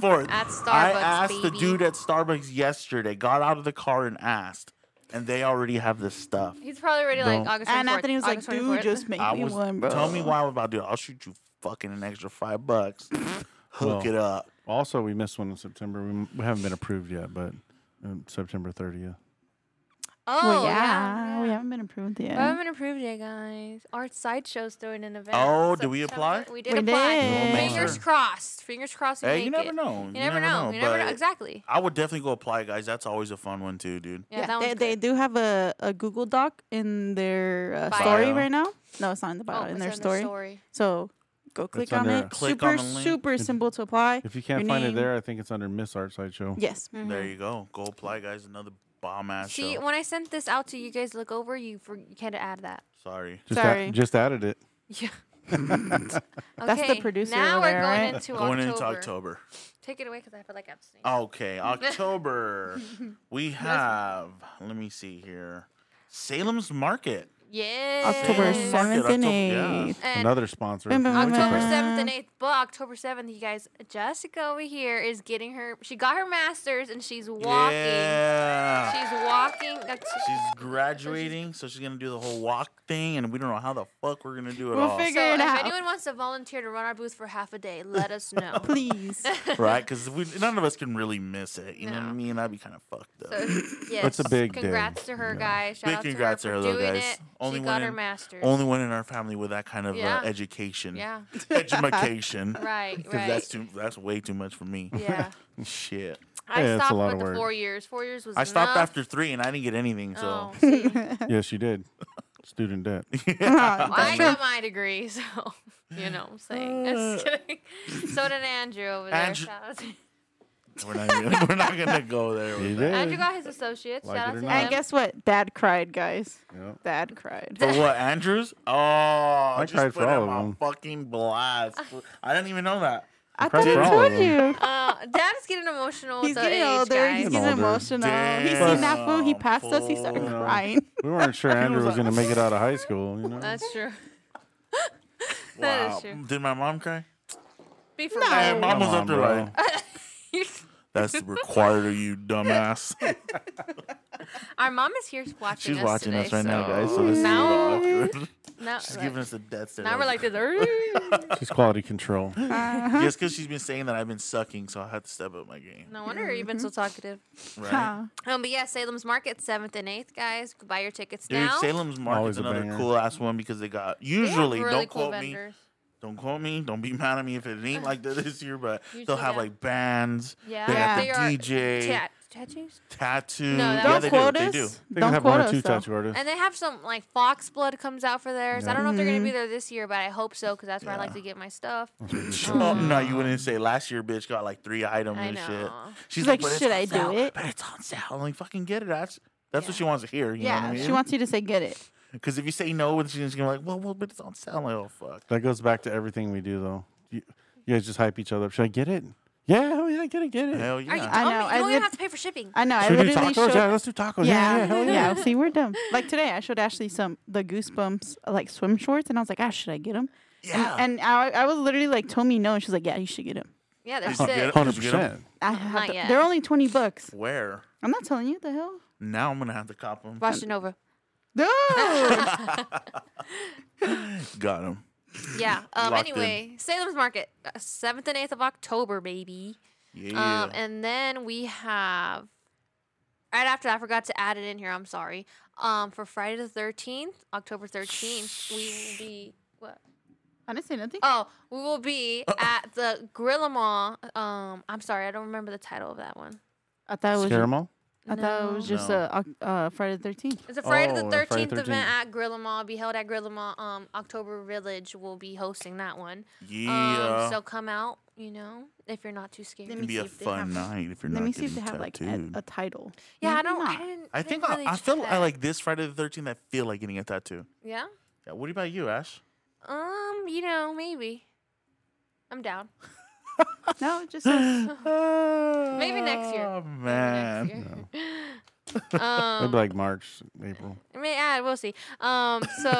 Speaker 3: bro.
Speaker 1: 24th.
Speaker 2: At Starbucks,
Speaker 1: I asked the
Speaker 2: baby.
Speaker 1: dude at Starbucks yesterday, got out of the car and asked, and they already have the stuff.
Speaker 2: He's probably already like
Speaker 1: No.
Speaker 2: August 24th.
Speaker 3: And Anthony was like,
Speaker 2: August
Speaker 3: dude,
Speaker 2: 24th.
Speaker 3: just make
Speaker 1: I
Speaker 3: me
Speaker 1: was
Speaker 3: one, bro.
Speaker 1: tell me why I'm about to do it. I'll shoot you fucking an extra five bucks. Hook
Speaker 4: Well,
Speaker 1: it up.
Speaker 4: also, we missed one in September. We, m- we haven't been approved yet, but um, September 30th.
Speaker 2: oh
Speaker 3: Well,
Speaker 2: yeah,
Speaker 3: yeah, we
Speaker 2: yeah.
Speaker 3: haven't been approved
Speaker 2: I
Speaker 3: yet.
Speaker 2: haven't approved yet, guys. Art Sideshow's throwing an event.
Speaker 1: Oh,
Speaker 2: in
Speaker 1: did we
Speaker 2: September.
Speaker 1: apply?
Speaker 2: We did
Speaker 3: We
Speaker 2: apply.
Speaker 3: did.
Speaker 4: No,
Speaker 2: Fingers
Speaker 1: sure.
Speaker 2: crossed. Fingers crossed. We
Speaker 1: Hey,
Speaker 2: make
Speaker 1: you never
Speaker 2: it.
Speaker 1: know.
Speaker 2: You never know. You never
Speaker 1: but
Speaker 2: know. Exactly.
Speaker 1: I would definitely go apply, guys. That's always a fun one too, dude.
Speaker 2: Yeah, that
Speaker 3: they,
Speaker 2: one's
Speaker 3: they
Speaker 2: good.
Speaker 3: do have a, a Google Doc in their uh,
Speaker 2: Bio.
Speaker 3: story right now. No, it's not in the bio,
Speaker 2: Oh,
Speaker 3: in
Speaker 2: it's
Speaker 3: their story. So go click on
Speaker 4: under-
Speaker 3: it.
Speaker 1: Click
Speaker 3: super,
Speaker 1: on the link.
Speaker 3: super simple to apply.
Speaker 4: If you can't
Speaker 3: Your
Speaker 4: find
Speaker 3: name.
Speaker 4: it there, I think it's under Miss Art Sideshow.
Speaker 3: Yes.
Speaker 2: Mm-hmm.
Speaker 1: There you go. Go apply, guys. Another bomb ass
Speaker 2: See,
Speaker 1: show.
Speaker 2: when I sent this out to you guys, look over. You for, you can't add that.
Speaker 1: Sorry.
Speaker 4: Just,
Speaker 3: Sorry.
Speaker 4: a- just added it.
Speaker 2: Yeah.
Speaker 3: That's the producer
Speaker 2: Now
Speaker 3: over
Speaker 2: we're
Speaker 3: there,
Speaker 2: going
Speaker 3: right?
Speaker 2: into
Speaker 1: Going
Speaker 2: October.
Speaker 1: into October. Uh,
Speaker 2: Take it away because I feel like I'm sneezing.
Speaker 1: Okay, October. we have. Let me see here. Salem's Market.
Speaker 2: Yeah.
Speaker 3: October
Speaker 1: Yes.
Speaker 3: 7th and
Speaker 1: October- yeah.
Speaker 3: 8th.
Speaker 2: And
Speaker 4: Another sponsor.
Speaker 3: Bam, bam, bam,
Speaker 4: Which is
Speaker 2: October
Speaker 4: a-
Speaker 3: bam.
Speaker 2: 7th and 8th, but October 7th, you guys, Jessica over here is getting her, she got her master's and she's walking.
Speaker 1: Yeah.
Speaker 2: She's walking. That's-
Speaker 1: She's graduating, so she's gonna do the whole walk thing, and we don't know how the fuck we're gonna do it
Speaker 3: We'll
Speaker 1: all,
Speaker 3: figure-
Speaker 2: so
Speaker 3: it
Speaker 2: if
Speaker 3: out.
Speaker 2: anyone wants to volunteer to run our booth for half a day, let us know.
Speaker 3: Please.
Speaker 1: right? Because none of us can really miss it. You know what
Speaker 2: No.
Speaker 1: I mean? That'd be kind of fucked up.
Speaker 2: So, yes.
Speaker 4: It's a big day.
Speaker 2: Congrats to her,
Speaker 4: Yeah.
Speaker 2: guys. Shout
Speaker 1: Big
Speaker 2: out to
Speaker 1: congrats to
Speaker 2: her,
Speaker 1: her,
Speaker 2: for
Speaker 1: though,
Speaker 2: doing
Speaker 1: guys.
Speaker 2: It.
Speaker 1: Only one
Speaker 2: she got her
Speaker 1: in-
Speaker 2: master's.
Speaker 1: Only one in our family with that kind of
Speaker 2: Yeah.
Speaker 1: uh, education.
Speaker 2: yeah.
Speaker 1: Edumacation.
Speaker 2: Right.
Speaker 1: Because
Speaker 2: Right.
Speaker 1: that's too. That's way too much for me.
Speaker 2: yeah.
Speaker 1: Shit.
Speaker 2: I
Speaker 4: Yeah, it's a
Speaker 2: stopped
Speaker 4: lot
Speaker 2: with
Speaker 4: of
Speaker 2: the
Speaker 4: work.
Speaker 2: four years. Four years was
Speaker 1: I stopped
Speaker 2: enough.
Speaker 1: after three, and I didn't get anything. So.
Speaker 2: Oh, see.
Speaker 4: yes, you did. Student debt.
Speaker 3: Wow,
Speaker 2: Well, I got my degree, so you know what I'm saying. Just kidding. So did Andrew over there.
Speaker 1: Andrew-
Speaker 2: Shout out to-
Speaker 1: We're not, even, we're not gonna go there.
Speaker 4: You
Speaker 1: With that.
Speaker 4: did.
Speaker 2: Andrew got his associates.
Speaker 4: Like
Speaker 2: Shout
Speaker 4: it
Speaker 2: out
Speaker 4: or
Speaker 2: to
Speaker 4: not.
Speaker 2: them.
Speaker 3: and guess what? Dad cried, guys.
Speaker 4: Yeah.
Speaker 3: Dad cried.
Speaker 1: For what, Andrews? Oh, I just
Speaker 4: cried
Speaker 1: put
Speaker 4: for all
Speaker 1: him
Speaker 4: of
Speaker 1: on
Speaker 4: them.
Speaker 1: fucking blast. I didn't even know that.
Speaker 3: I
Speaker 4: cried
Speaker 3: thought
Speaker 4: for
Speaker 3: I
Speaker 4: all
Speaker 3: told
Speaker 4: of 'em.
Speaker 3: you.
Speaker 2: Uh, Dad is getting emotional.
Speaker 3: He's
Speaker 2: with
Speaker 3: getting
Speaker 2: the age,
Speaker 3: older.
Speaker 2: Guys.
Speaker 3: He's
Speaker 4: Getting
Speaker 3: getting
Speaker 4: older.
Speaker 3: emotional. He seen that fool. He
Speaker 1: Damn,
Speaker 3: passed us. He started
Speaker 1: fool.
Speaker 3: crying.
Speaker 4: We weren't sure Andrew was
Speaker 1: like-
Speaker 4: going to make it out of high school. You know,
Speaker 3: Uh,
Speaker 2: That's true. That is
Speaker 1: Wow.
Speaker 2: true.
Speaker 1: Did my mom cry?
Speaker 2: Be for
Speaker 1: Hey,
Speaker 2: real.
Speaker 1: mom
Speaker 4: Come
Speaker 1: was
Speaker 4: on,
Speaker 1: up there
Speaker 4: bro.
Speaker 1: like, that's required of you, dumbass.
Speaker 2: Our mom is here watching
Speaker 1: She's
Speaker 2: us
Speaker 1: watching
Speaker 2: today,
Speaker 1: us right now,
Speaker 2: so
Speaker 1: guys. So this
Speaker 2: now,
Speaker 1: is a little awkward.
Speaker 2: now,
Speaker 1: She's
Speaker 2: like-
Speaker 1: giving us a death stare.
Speaker 2: now we're like this. "Arr."
Speaker 4: she's quality control.
Speaker 3: Uh-huh.
Speaker 1: just because she's been saying that I've been sucking, so I had to step up my game.
Speaker 2: no wonder you've been so talkative.
Speaker 1: Right?
Speaker 2: Um, but yeah, Salem's Market, seventh and eighth, guys. Go Buy your tickets
Speaker 1: Dude,
Speaker 2: now.
Speaker 1: Salem's Market's
Speaker 4: Always a
Speaker 1: another
Speaker 4: banger.
Speaker 1: cool ass one because they got
Speaker 2: They have
Speaker 1: usually
Speaker 2: really
Speaker 1: don't
Speaker 2: cool
Speaker 1: quote me.
Speaker 2: vendors.
Speaker 1: Don't quote me. Don't be mad at me if it ain't like that this year, but they'll
Speaker 2: Usually
Speaker 1: have
Speaker 2: don't.
Speaker 1: like bands.
Speaker 2: Yeah,
Speaker 1: They have
Speaker 2: They
Speaker 1: the
Speaker 2: are
Speaker 1: DJ,
Speaker 2: tat- tattoos,
Speaker 1: tattoo.
Speaker 2: No, that
Speaker 1: yeah,
Speaker 2: was-
Speaker 1: they
Speaker 3: Don't quote
Speaker 1: do.
Speaker 3: us.
Speaker 1: They do.
Speaker 4: They
Speaker 3: Don't
Speaker 4: have
Speaker 3: quote
Speaker 4: one or
Speaker 3: us.
Speaker 4: two
Speaker 3: though.
Speaker 4: tattoo artists.
Speaker 2: and they have some like Fox Blood comes out for theirs. I
Speaker 4: Yeah.
Speaker 2: don't know if they're gonna
Speaker 3: Mm-hmm.
Speaker 2: be there this year, but I hope so because that's where I like to get my stuff.
Speaker 1: Oh, no, you wouldn't say. Last year, bitch got like three items
Speaker 2: I
Speaker 1: and shit.
Speaker 2: know.
Speaker 1: She's
Speaker 3: like,
Speaker 1: "But it's
Speaker 3: "Should
Speaker 1: on
Speaker 3: I do
Speaker 1: sale,
Speaker 3: it?"
Speaker 1: But it's on sale. I'm like, fucking get it. That's that's what she wants to hear. You know what
Speaker 3: Yeah,
Speaker 1: I mean?
Speaker 3: she wants you to say get it.
Speaker 1: Because if you say no, then she's gonna be like, well, well, but it's on sale. I'm like, oh fuck.
Speaker 4: That goes back to everything we do, though. You, you guys just hype each other up. Should I get it? Yeah, hell yeah, get it, get it.
Speaker 1: Hell
Speaker 2: Are you
Speaker 1: yeah.
Speaker 3: I
Speaker 2: I
Speaker 3: know,
Speaker 2: know.
Speaker 3: I
Speaker 2: You don't
Speaker 3: did-
Speaker 2: even have to pay for shipping.
Speaker 3: I know. I
Speaker 4: Should we do
Speaker 3: literally
Speaker 4: tacos?
Speaker 3: showed.
Speaker 4: Yeah, let's do tacos. Yeah,
Speaker 3: Yeah,
Speaker 4: yeah, hell yeah.
Speaker 3: yeah. See, we're dumb. Like today, I showed Ashley some the goosebumps uh, like swim shorts, and I was like, ah, should I get them?
Speaker 1: Yeah.
Speaker 3: And, and I, I was literally like, told me no, and she's like, yeah, you should get them.
Speaker 2: Yeah, they're
Speaker 1: Did you get
Speaker 2: sick.
Speaker 1: it?
Speaker 4: Hundred percent.
Speaker 3: I have
Speaker 2: Not
Speaker 3: the-
Speaker 2: yet.
Speaker 3: They're only twenty bucks.
Speaker 1: Where?
Speaker 3: I'm not telling you the hell.
Speaker 1: Now I'm gonna have to cop them.
Speaker 2: Russian over.
Speaker 3: No.
Speaker 1: Got them.
Speaker 2: Yeah. Um,
Speaker 1: Locked in.
Speaker 2: anyway, Salem's Market, uh, seventh and eighth of October, baby.
Speaker 1: Yeah.
Speaker 2: Um, and then we have right after that, I forgot to add it in here. I'm sorry. Um, for Friday the thirteenth, October thirteenth, we will be what?
Speaker 3: I didn't say nothing.
Speaker 2: Oh, we will be at the Grillamall. Um, I'm sorry, I don't remember the title of that one.
Speaker 3: I thought it was. ju-
Speaker 4: Scaramel?
Speaker 3: I thought it was just
Speaker 1: No.
Speaker 3: a uh, uh, Friday the Thirteenth.
Speaker 2: It's a Friday
Speaker 4: Oh,
Speaker 2: the
Speaker 4: a Friday
Speaker 2: thirteenth event
Speaker 4: 13th.
Speaker 2: at Grilla Mall. Be held at Grilla Mall. Um, October Village will be hosting that one.
Speaker 1: yeah.
Speaker 2: Um, so come out, you know, if you're not too scared.
Speaker 3: Let
Speaker 1: It'd
Speaker 3: me
Speaker 1: be
Speaker 3: see
Speaker 1: a
Speaker 3: if they
Speaker 1: fun
Speaker 3: have-
Speaker 1: night if you're
Speaker 3: Let
Speaker 1: not
Speaker 3: me see if they
Speaker 1: getting
Speaker 3: have like a,
Speaker 1: tattooed.
Speaker 3: a title.
Speaker 2: yeah, I
Speaker 3: Maybe
Speaker 2: don't. I
Speaker 3: not.
Speaker 2: didn't.
Speaker 1: I think
Speaker 2: didn't
Speaker 1: I,
Speaker 2: really
Speaker 1: I feel I
Speaker 2: check.
Speaker 1: like this Friday the Thirteenth. I feel like getting a tattoo.
Speaker 2: Yeah.
Speaker 1: Yeah. What about you, Ash?
Speaker 2: Um. You know, maybe. I'm down.
Speaker 3: No, it just says,
Speaker 2: Maybe next year.
Speaker 1: Oh,
Speaker 2: Next
Speaker 1: man.
Speaker 2: year.
Speaker 4: It'd
Speaker 2: um.
Speaker 4: be like March, April.
Speaker 2: I mean, yeah, we'll see. Um, so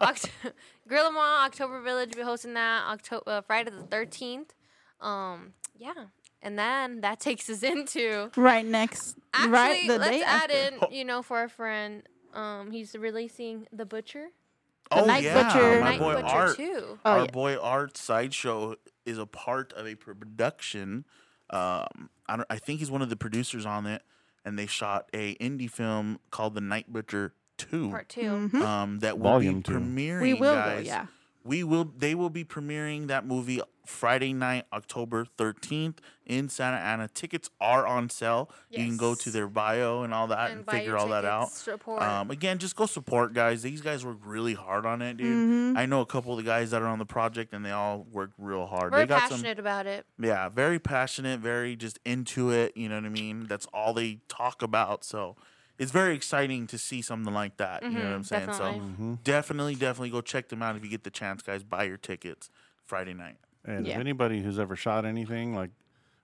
Speaker 2: Oct- Gorilla Mall, October Village, will be hosting that October uh, Friday the thirteenth. Um, yeah, and then that takes us into
Speaker 3: right next.
Speaker 2: actually.
Speaker 3: right the
Speaker 2: let's
Speaker 3: day
Speaker 2: add
Speaker 3: after.
Speaker 2: in, you know, for our friend, um, he's releasing the butcher,
Speaker 1: Oh
Speaker 3: Night
Speaker 1: yeah,
Speaker 3: Butcher.
Speaker 1: my
Speaker 2: Night
Speaker 1: boy
Speaker 2: Butcher
Speaker 1: Art.
Speaker 2: too.
Speaker 3: Oh,
Speaker 1: Our
Speaker 3: yeah.
Speaker 1: boy Art Sideshow is a part of a production. Um, I don't. I think he's one of the producers on it, and they shot a indie film called The Night Butcher Two.
Speaker 2: Part 2
Speaker 3: Mhm.
Speaker 1: um, that will
Speaker 4: Volume
Speaker 1: be
Speaker 4: two.
Speaker 1: premiering.
Speaker 3: We will go.
Speaker 1: guys.
Speaker 3: Yeah.
Speaker 1: We will. They will be premiering that movie Friday night, October thirteenth in Santa Ana. Tickets are on sale. You can go to
Speaker 2: Yes.
Speaker 1: their bio and all that and,
Speaker 2: And buy
Speaker 1: figure
Speaker 2: your
Speaker 1: all that out.
Speaker 2: tickets, support.
Speaker 1: Um, again, just go support guys. These guys work really hard on it, dude.
Speaker 2: Mm-hmm.
Speaker 1: I know a couple of the guys that are on the project, and they all work real hard.
Speaker 2: Very
Speaker 1: they got
Speaker 2: passionate about it.
Speaker 1: some, yeah, very passionate, very just into it. You know what I mean? That's all they talk about. So it's very exciting to see something like that. you know what
Speaker 2: Mhm,
Speaker 1: I'm saying? So
Speaker 2: definitely.
Speaker 1: definitely, definitely go check them out if you get the chance, guys. Buy your tickets Friday night.
Speaker 4: And
Speaker 3: Yeah.
Speaker 4: if anybody who's ever shot anything, like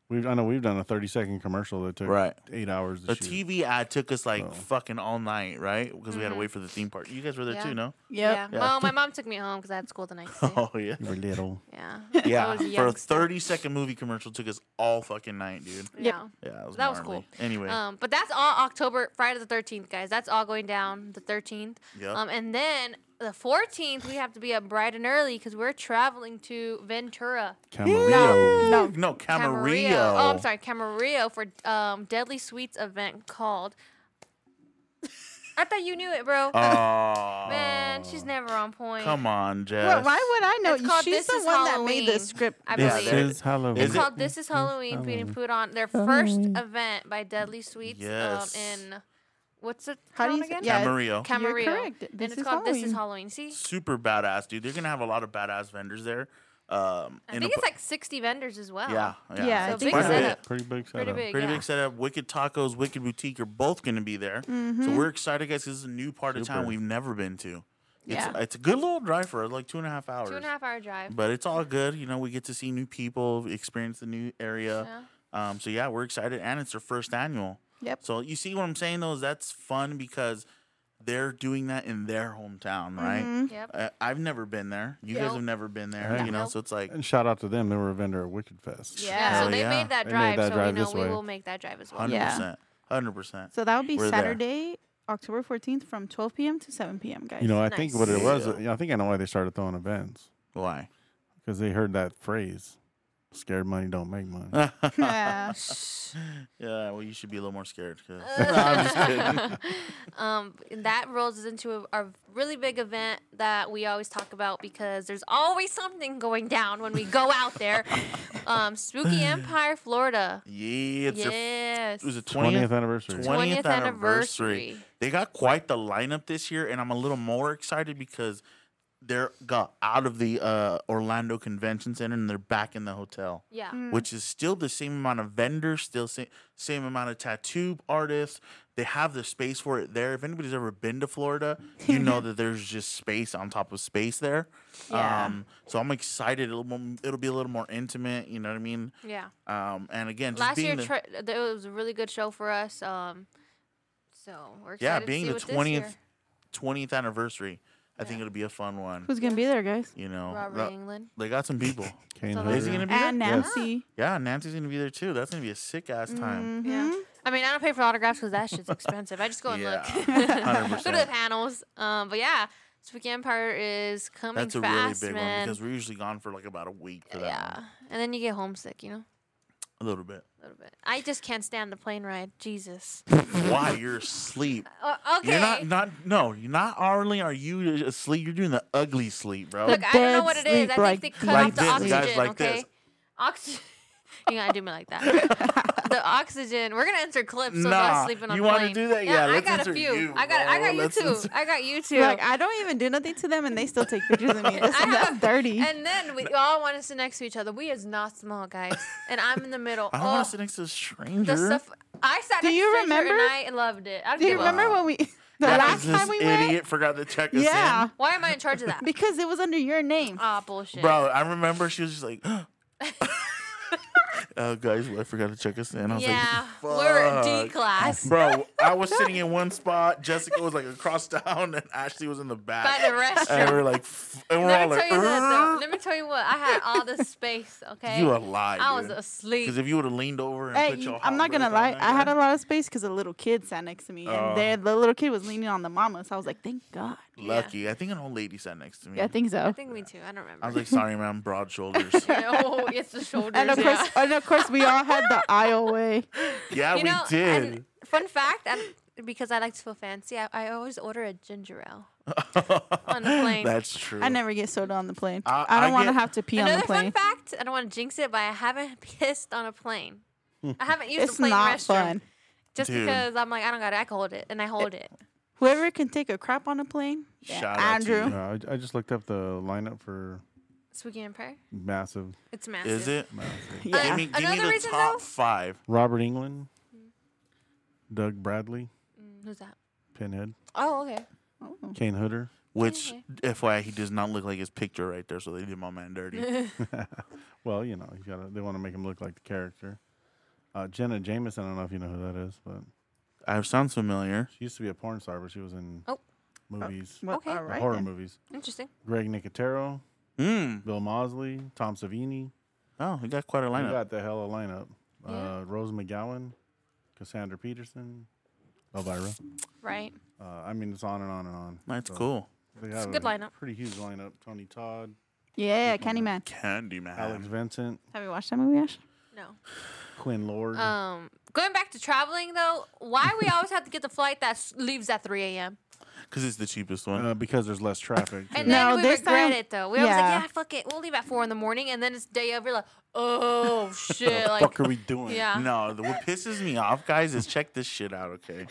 Speaker 4: we've, I know we've done a 30 second commercial that took
Speaker 1: Right.
Speaker 4: eight hours. To
Speaker 1: The
Speaker 4: shoot.
Speaker 1: TV ad took us like
Speaker 4: Oh.
Speaker 1: fucking all night, right? Because we had to wait for the theme park. You guys were there
Speaker 2: Mm-hmm. Yeah.
Speaker 1: too, no?
Speaker 3: Yep.
Speaker 2: Yeah.
Speaker 1: Yeah.
Speaker 2: Well, my mom took me home because I had school the next day.
Speaker 1: Oh yeah.
Speaker 4: You were little.
Speaker 2: Yeah. I
Speaker 1: Yeah,
Speaker 2: was a
Speaker 1: for a
Speaker 2: youngster.
Speaker 1: 30 second movie commercial took us all fucking night, dude.
Speaker 2: Yeah.
Speaker 1: Yeah, that was,
Speaker 2: That was
Speaker 1: gnarly.
Speaker 2: cool.
Speaker 1: Anyway,
Speaker 2: Um, but that's all October, Friday the 13th, guys. That's all going down the 13th.
Speaker 1: Yep.
Speaker 2: Um, and then the 14th, we have to be up bright and early because we're traveling to Ventura.
Speaker 4: Camarillo.
Speaker 3: No.
Speaker 1: Oh, no, Camarillo.
Speaker 2: Oh, I'm sorry, Camarillo for um, Deadly Sweets event called. I thought you knew it, bro.
Speaker 1: Aw,
Speaker 2: Man, she's never on point.
Speaker 1: Oh. come on, Jess.
Speaker 3: Well, why would I know?
Speaker 2: It's called
Speaker 3: She's
Speaker 2: This
Speaker 3: the
Speaker 2: Is
Speaker 3: one that made
Speaker 2: Halloween.
Speaker 3: the script.
Speaker 2: I
Speaker 1: Yeah,
Speaker 2: believe.
Speaker 1: there-
Speaker 4: This is Halloween.
Speaker 1: Is
Speaker 2: It's
Speaker 1: it-
Speaker 2: called This Is Halloween being put on their first event by Deadly Sweets
Speaker 1: Yes.
Speaker 2: um, in what's it
Speaker 3: How do
Speaker 2: town
Speaker 3: you say-
Speaker 2: again?
Speaker 3: yeah,
Speaker 1: Camarillo.
Speaker 3: You're
Speaker 2: Camarillo.
Speaker 3: correct.
Speaker 2: And
Speaker 3: This
Speaker 2: it's
Speaker 3: is
Speaker 2: called This Is
Speaker 3: Halloween.
Speaker 2: Halloween. See,
Speaker 1: Super badass, dude. They're gonna have a lot of badass vendors there. Um,
Speaker 2: I
Speaker 1: in a
Speaker 2: think it's
Speaker 1: bu-
Speaker 2: like 60 vendors as well.
Speaker 1: yeah, yeah,
Speaker 3: Yeah,
Speaker 2: So
Speaker 3: I think
Speaker 2: big
Speaker 1: quite a bit.
Speaker 2: setup.
Speaker 4: Pretty big setup.
Speaker 2: Pretty big.
Speaker 1: Pretty
Speaker 2: yeah.
Speaker 1: big setup. Wicked Tacos, Wicked Boutique are both going to be there.
Speaker 3: Mm-hmm.
Speaker 1: So we're excited, guys. 'cause This is a new part of town
Speaker 4: Super.
Speaker 1: we've never been to. It's,
Speaker 3: Yeah.
Speaker 1: it's a good little drive for us, like two and a half hours.
Speaker 2: Two and a half hour drive.
Speaker 1: But it's all good. You know, we get to see new people, experience the new area.
Speaker 2: Yeah.
Speaker 1: Um, so yeah, we're excited, and it's their first annual.
Speaker 3: Yep.
Speaker 1: So you see what I'm saying? Though is that's fun because they're doing that in their hometown, right?
Speaker 3: Mm-hmm.
Speaker 2: Yep.
Speaker 1: I, Uh, I've never been there. You guys
Speaker 2: Nope.
Speaker 1: have never been there.
Speaker 4: Right.
Speaker 1: You know,
Speaker 2: Nope.
Speaker 1: so it's like
Speaker 4: And shout out to them. They were a vendor at Wicked Fest.
Speaker 2: Yeah.
Speaker 3: Yeah.
Speaker 2: So
Speaker 1: Hell
Speaker 2: they
Speaker 1: yeah.
Speaker 2: made that
Speaker 4: They made
Speaker 2: drive.
Speaker 4: that
Speaker 2: so
Speaker 4: drive
Speaker 2: we know
Speaker 4: this
Speaker 2: we
Speaker 4: way.
Speaker 2: will make that drive as well.
Speaker 1: hundred
Speaker 3: Yeah.
Speaker 1: percent, hundred percent.
Speaker 3: So that would be
Speaker 1: We're there.
Speaker 3: Saturday, October 14th from 12 p.m. to 7 p.m., guys.
Speaker 4: You know, I think what it
Speaker 1: Nice.
Speaker 4: was,
Speaker 1: Yeah.
Speaker 4: I think I know why they started throwing events
Speaker 1: Why?
Speaker 4: because they heard that phrase scared money don't make money.
Speaker 1: Uh,
Speaker 3: yeah.
Speaker 1: Yeah. Well, you should be a little more scared. 'cause-
Speaker 2: Um, and that rolls us into a, a really big event that we always talk about because there's always something going down when we go out there. um, Spooky Empire, Florida.
Speaker 1: yeah. It's their
Speaker 2: Yes.
Speaker 1: it was the 20th,
Speaker 4: 20th anniversary.
Speaker 1: 20th
Speaker 2: 20th anniversary.
Speaker 1: anniversary. They got quite the lineup this year, and I'm a little more excited because they're got out of the uh, Orlando Convention Center and they're back in the hotel,
Speaker 2: yeah.
Speaker 1: which is still the same amount of vendors, still same same amount of tattoo artists. They have the space for it there. If anybody's ever been to Florida, you know that there's just space on top of space there.
Speaker 3: Yeah.
Speaker 1: Um, so I'm excited. It'll, mo- it'll be a little more intimate. You know what I mean?
Speaker 2: Yeah.
Speaker 1: Um, and again, just
Speaker 2: Last
Speaker 1: being
Speaker 2: year,
Speaker 1: the-
Speaker 2: tri- th- it was a really good show for us. Um, so we're excited
Speaker 1: yeah,
Speaker 2: to
Speaker 1: being
Speaker 2: see
Speaker 1: the
Speaker 2: what this year-
Speaker 1: twentieth twentieth anniversary, I think it'll be a fun one.
Speaker 3: Who's going to be there, guys?
Speaker 1: You know,
Speaker 2: Robert
Speaker 1: Oh, that-
Speaker 2: England.
Speaker 1: they got some people.
Speaker 4: Kane
Speaker 2: So
Speaker 1: Is he gonna
Speaker 4: Hodder.
Speaker 1: be there?
Speaker 3: And Nancy. Mm-hmm.
Speaker 1: Yeah, Nancy's gonna be there too. That's gonna be a sick ass time.
Speaker 2: Yeah. I mean, I don't pay for autographs because that shit's expensive. I just go and
Speaker 1: Yeah,
Speaker 2: look.
Speaker 1: hundred
Speaker 2: go to the
Speaker 1: percent.
Speaker 2: panels. Um, but yeah, Spooky Empire is coming
Speaker 1: That's a
Speaker 2: fast,
Speaker 1: really big one
Speaker 2: man.
Speaker 1: because we're usually gone for like about a week for that.
Speaker 2: yeah,
Speaker 1: one.
Speaker 2: and then you get homesick, you know,
Speaker 1: a little bit.
Speaker 2: a little bit. I just can't stand the plane ride. Jesus.
Speaker 1: Why you're asleep?
Speaker 2: Uh, okay.
Speaker 1: You're not not no. You're not only are you asleep. You're doing the ugly sleep, bro.
Speaker 2: Look, I don't know
Speaker 3: dead
Speaker 2: what it is. I
Speaker 3: sleep
Speaker 2: think
Speaker 3: like
Speaker 2: they cut
Speaker 3: this.
Speaker 1: Like
Speaker 2: off the
Speaker 1: this, guys,
Speaker 2: oxygen.
Speaker 1: like
Speaker 2: okay.
Speaker 1: this.
Speaker 2: Oxygen. you gotta do me like that. the oxygen. We're gonna insert clips of
Speaker 1: Nah,
Speaker 2: us sleeping on
Speaker 1: you
Speaker 2: the
Speaker 1: wanna
Speaker 2: plane.
Speaker 1: do that? Yeah,
Speaker 2: I
Speaker 1: let's
Speaker 2: got a
Speaker 1: insert
Speaker 2: few.
Speaker 1: you,
Speaker 2: I got. I
Speaker 1: bro.
Speaker 2: got you
Speaker 1: Let's
Speaker 2: too.
Speaker 1: insert-
Speaker 2: I got you too.
Speaker 3: Like I don't even do nothing to them, and they still take pictures of me. This,
Speaker 2: I have
Speaker 3: that's
Speaker 2: a-
Speaker 3: dirty.
Speaker 2: and then we all want to sit next to each other. We is not small, guys. And I'm in the middle.
Speaker 1: I don't
Speaker 2: oh,
Speaker 1: want to sit next to a stranger.
Speaker 2: the stuff. I sat
Speaker 3: Do
Speaker 2: next
Speaker 3: you
Speaker 2: to remember?
Speaker 3: remember?
Speaker 2: her and I and loved it. I don't
Speaker 3: Do you
Speaker 2: give a fuck.
Speaker 3: remember when we the
Speaker 1: Yeah, 'cause
Speaker 3: last
Speaker 1: this
Speaker 3: time we
Speaker 1: idiot
Speaker 3: went?
Speaker 1: forgot to check us
Speaker 3: Yeah,
Speaker 1: in.
Speaker 2: Why am I in charge of that?
Speaker 3: because it was under your name.
Speaker 2: Ah, bullshit.
Speaker 1: Bro, I remember she was just like, "Oh, guys, well, I forgot to check us in." I was
Speaker 2: yeah,
Speaker 1: like,
Speaker 2: we're D
Speaker 1: "Fuck."
Speaker 2: class.
Speaker 1: Bro, I was sitting in one spot. Jessica was like across town, and Ashley was in the back.
Speaker 2: By the restroom.
Speaker 1: and we're like, f- and we're all
Speaker 2: Let me
Speaker 1: like,
Speaker 2: tell you this
Speaker 1: "Uh."
Speaker 2: though. Let me tell you what. I had all the space, okay?
Speaker 1: you a lie.
Speaker 2: I was
Speaker 1: Because
Speaker 2: asleep.
Speaker 1: if you would have leaned over and
Speaker 3: Hey,
Speaker 1: put
Speaker 3: you-
Speaker 1: your,
Speaker 3: I'm not gonna lie. I had a lot of space because a little kid sat next to me,
Speaker 1: Oh.
Speaker 3: and there the little kid was leaning on the mama. So I was like, "Thank God."
Speaker 2: Yeah.
Speaker 1: Lucky, I think an old lady sat next to me.
Speaker 3: Yeah, I think so.
Speaker 2: I think me too. I don't remember.
Speaker 1: I was like, "Sorry, ma'am, broad shoulders."
Speaker 2: Yeah, oh, it's the shoulders.
Speaker 3: And of course,
Speaker 2: yeah.
Speaker 3: and of course, we all had the aisle way.
Speaker 1: yeah,
Speaker 2: You
Speaker 1: we
Speaker 2: know, and
Speaker 1: did.
Speaker 2: Fun fact, and because I like to feel fancy, I, I always order a ginger ale. on the plane.
Speaker 1: That's true.
Speaker 3: I never get soda on the plane.
Speaker 1: I-
Speaker 3: I,
Speaker 1: I
Speaker 3: don't want to
Speaker 1: get-
Speaker 3: have to pee on
Speaker 2: Another
Speaker 3: the plane.
Speaker 2: fun fact, I don't want to jinx it, but I haven't pissed on a plane. I haven't used
Speaker 3: It's
Speaker 2: the plane
Speaker 3: not
Speaker 2: restroom
Speaker 3: fun.
Speaker 2: just
Speaker 1: Dude.
Speaker 2: because I'm like I don't got it. I can hold it, and I hold it.
Speaker 3: Whoever can take a crap on a plane, yeah,
Speaker 1: Shout out to
Speaker 3: Andrew.
Speaker 1: you.
Speaker 4: Yeah, I, I just looked up the lineup for
Speaker 2: Spooky Empire,
Speaker 4: massive.
Speaker 2: it's massive.
Speaker 1: Is it?
Speaker 3: Yeah.
Speaker 1: Give me, give me
Speaker 2: Another
Speaker 1: the
Speaker 2: reason,
Speaker 1: top
Speaker 2: though-
Speaker 1: five.
Speaker 4: Robert England,
Speaker 3: Mm-hmm.
Speaker 4: Doug Bradley,
Speaker 2: Mm, Who's that?
Speaker 4: Pinhead,
Speaker 2: Oh, okay.
Speaker 3: Oh.
Speaker 4: Kane Hooder.
Speaker 1: Which,
Speaker 2: Okay.
Speaker 1: FYI, he does not look like his picture right there, so they did my man dirty.
Speaker 4: Well, you know, he's got. They want to make him look like the character. Uh, Jenna Jameson. I don't know if you know who that is, but
Speaker 1: I sounds familiar.
Speaker 4: she used to be a porn star, but she was in
Speaker 2: Oh.
Speaker 4: movies,
Speaker 3: Well,
Speaker 2: Okay.
Speaker 3: all
Speaker 4: uh,
Speaker 3: Oh, right
Speaker 4: horror
Speaker 3: then.
Speaker 4: movies.
Speaker 2: Interesting.
Speaker 4: Greg Nicotero,
Speaker 1: Mm.
Speaker 4: Bill Mosley, Tom Savini.
Speaker 1: Oh, he got quite a
Speaker 4: We
Speaker 1: lineup.
Speaker 4: got the hell of a lineup.
Speaker 2: Yeah.
Speaker 4: Uh, Rose McGowan, Cassandra Peterson, Elvira.
Speaker 2: Right.
Speaker 4: Uh, I mean, it's on and on and on.
Speaker 1: That's
Speaker 4: So
Speaker 1: cool.
Speaker 4: They have
Speaker 2: a good lineup.
Speaker 4: Pretty huge lineup. Tony Todd,
Speaker 3: Yeah, Candyman.
Speaker 1: Candyman.
Speaker 4: Alex Vincent,
Speaker 3: Have you watched that movie, Ash?
Speaker 2: No.
Speaker 4: Quinn Lord.
Speaker 3: Mm-hmm. Uh,
Speaker 2: Um, going back to traveling though, why we always have to get the flight that s- leaves at 3 a.m.
Speaker 1: Because it's the cheapest one.
Speaker 4: uh, because there's less traffic.
Speaker 2: And
Speaker 4: too.
Speaker 3: No,
Speaker 2: then we
Speaker 3: this
Speaker 2: regret
Speaker 3: time-
Speaker 2: it though. We always like,
Speaker 3: yeah.
Speaker 2: yeah, fuck it, we'll leave at four in the morning, and then it's day of. You're like, oh shit,
Speaker 4: What the
Speaker 2: like
Speaker 4: fuck are we doing?
Speaker 2: yeah.
Speaker 1: No, the, what pisses me off, guys, is check this shit out, okay?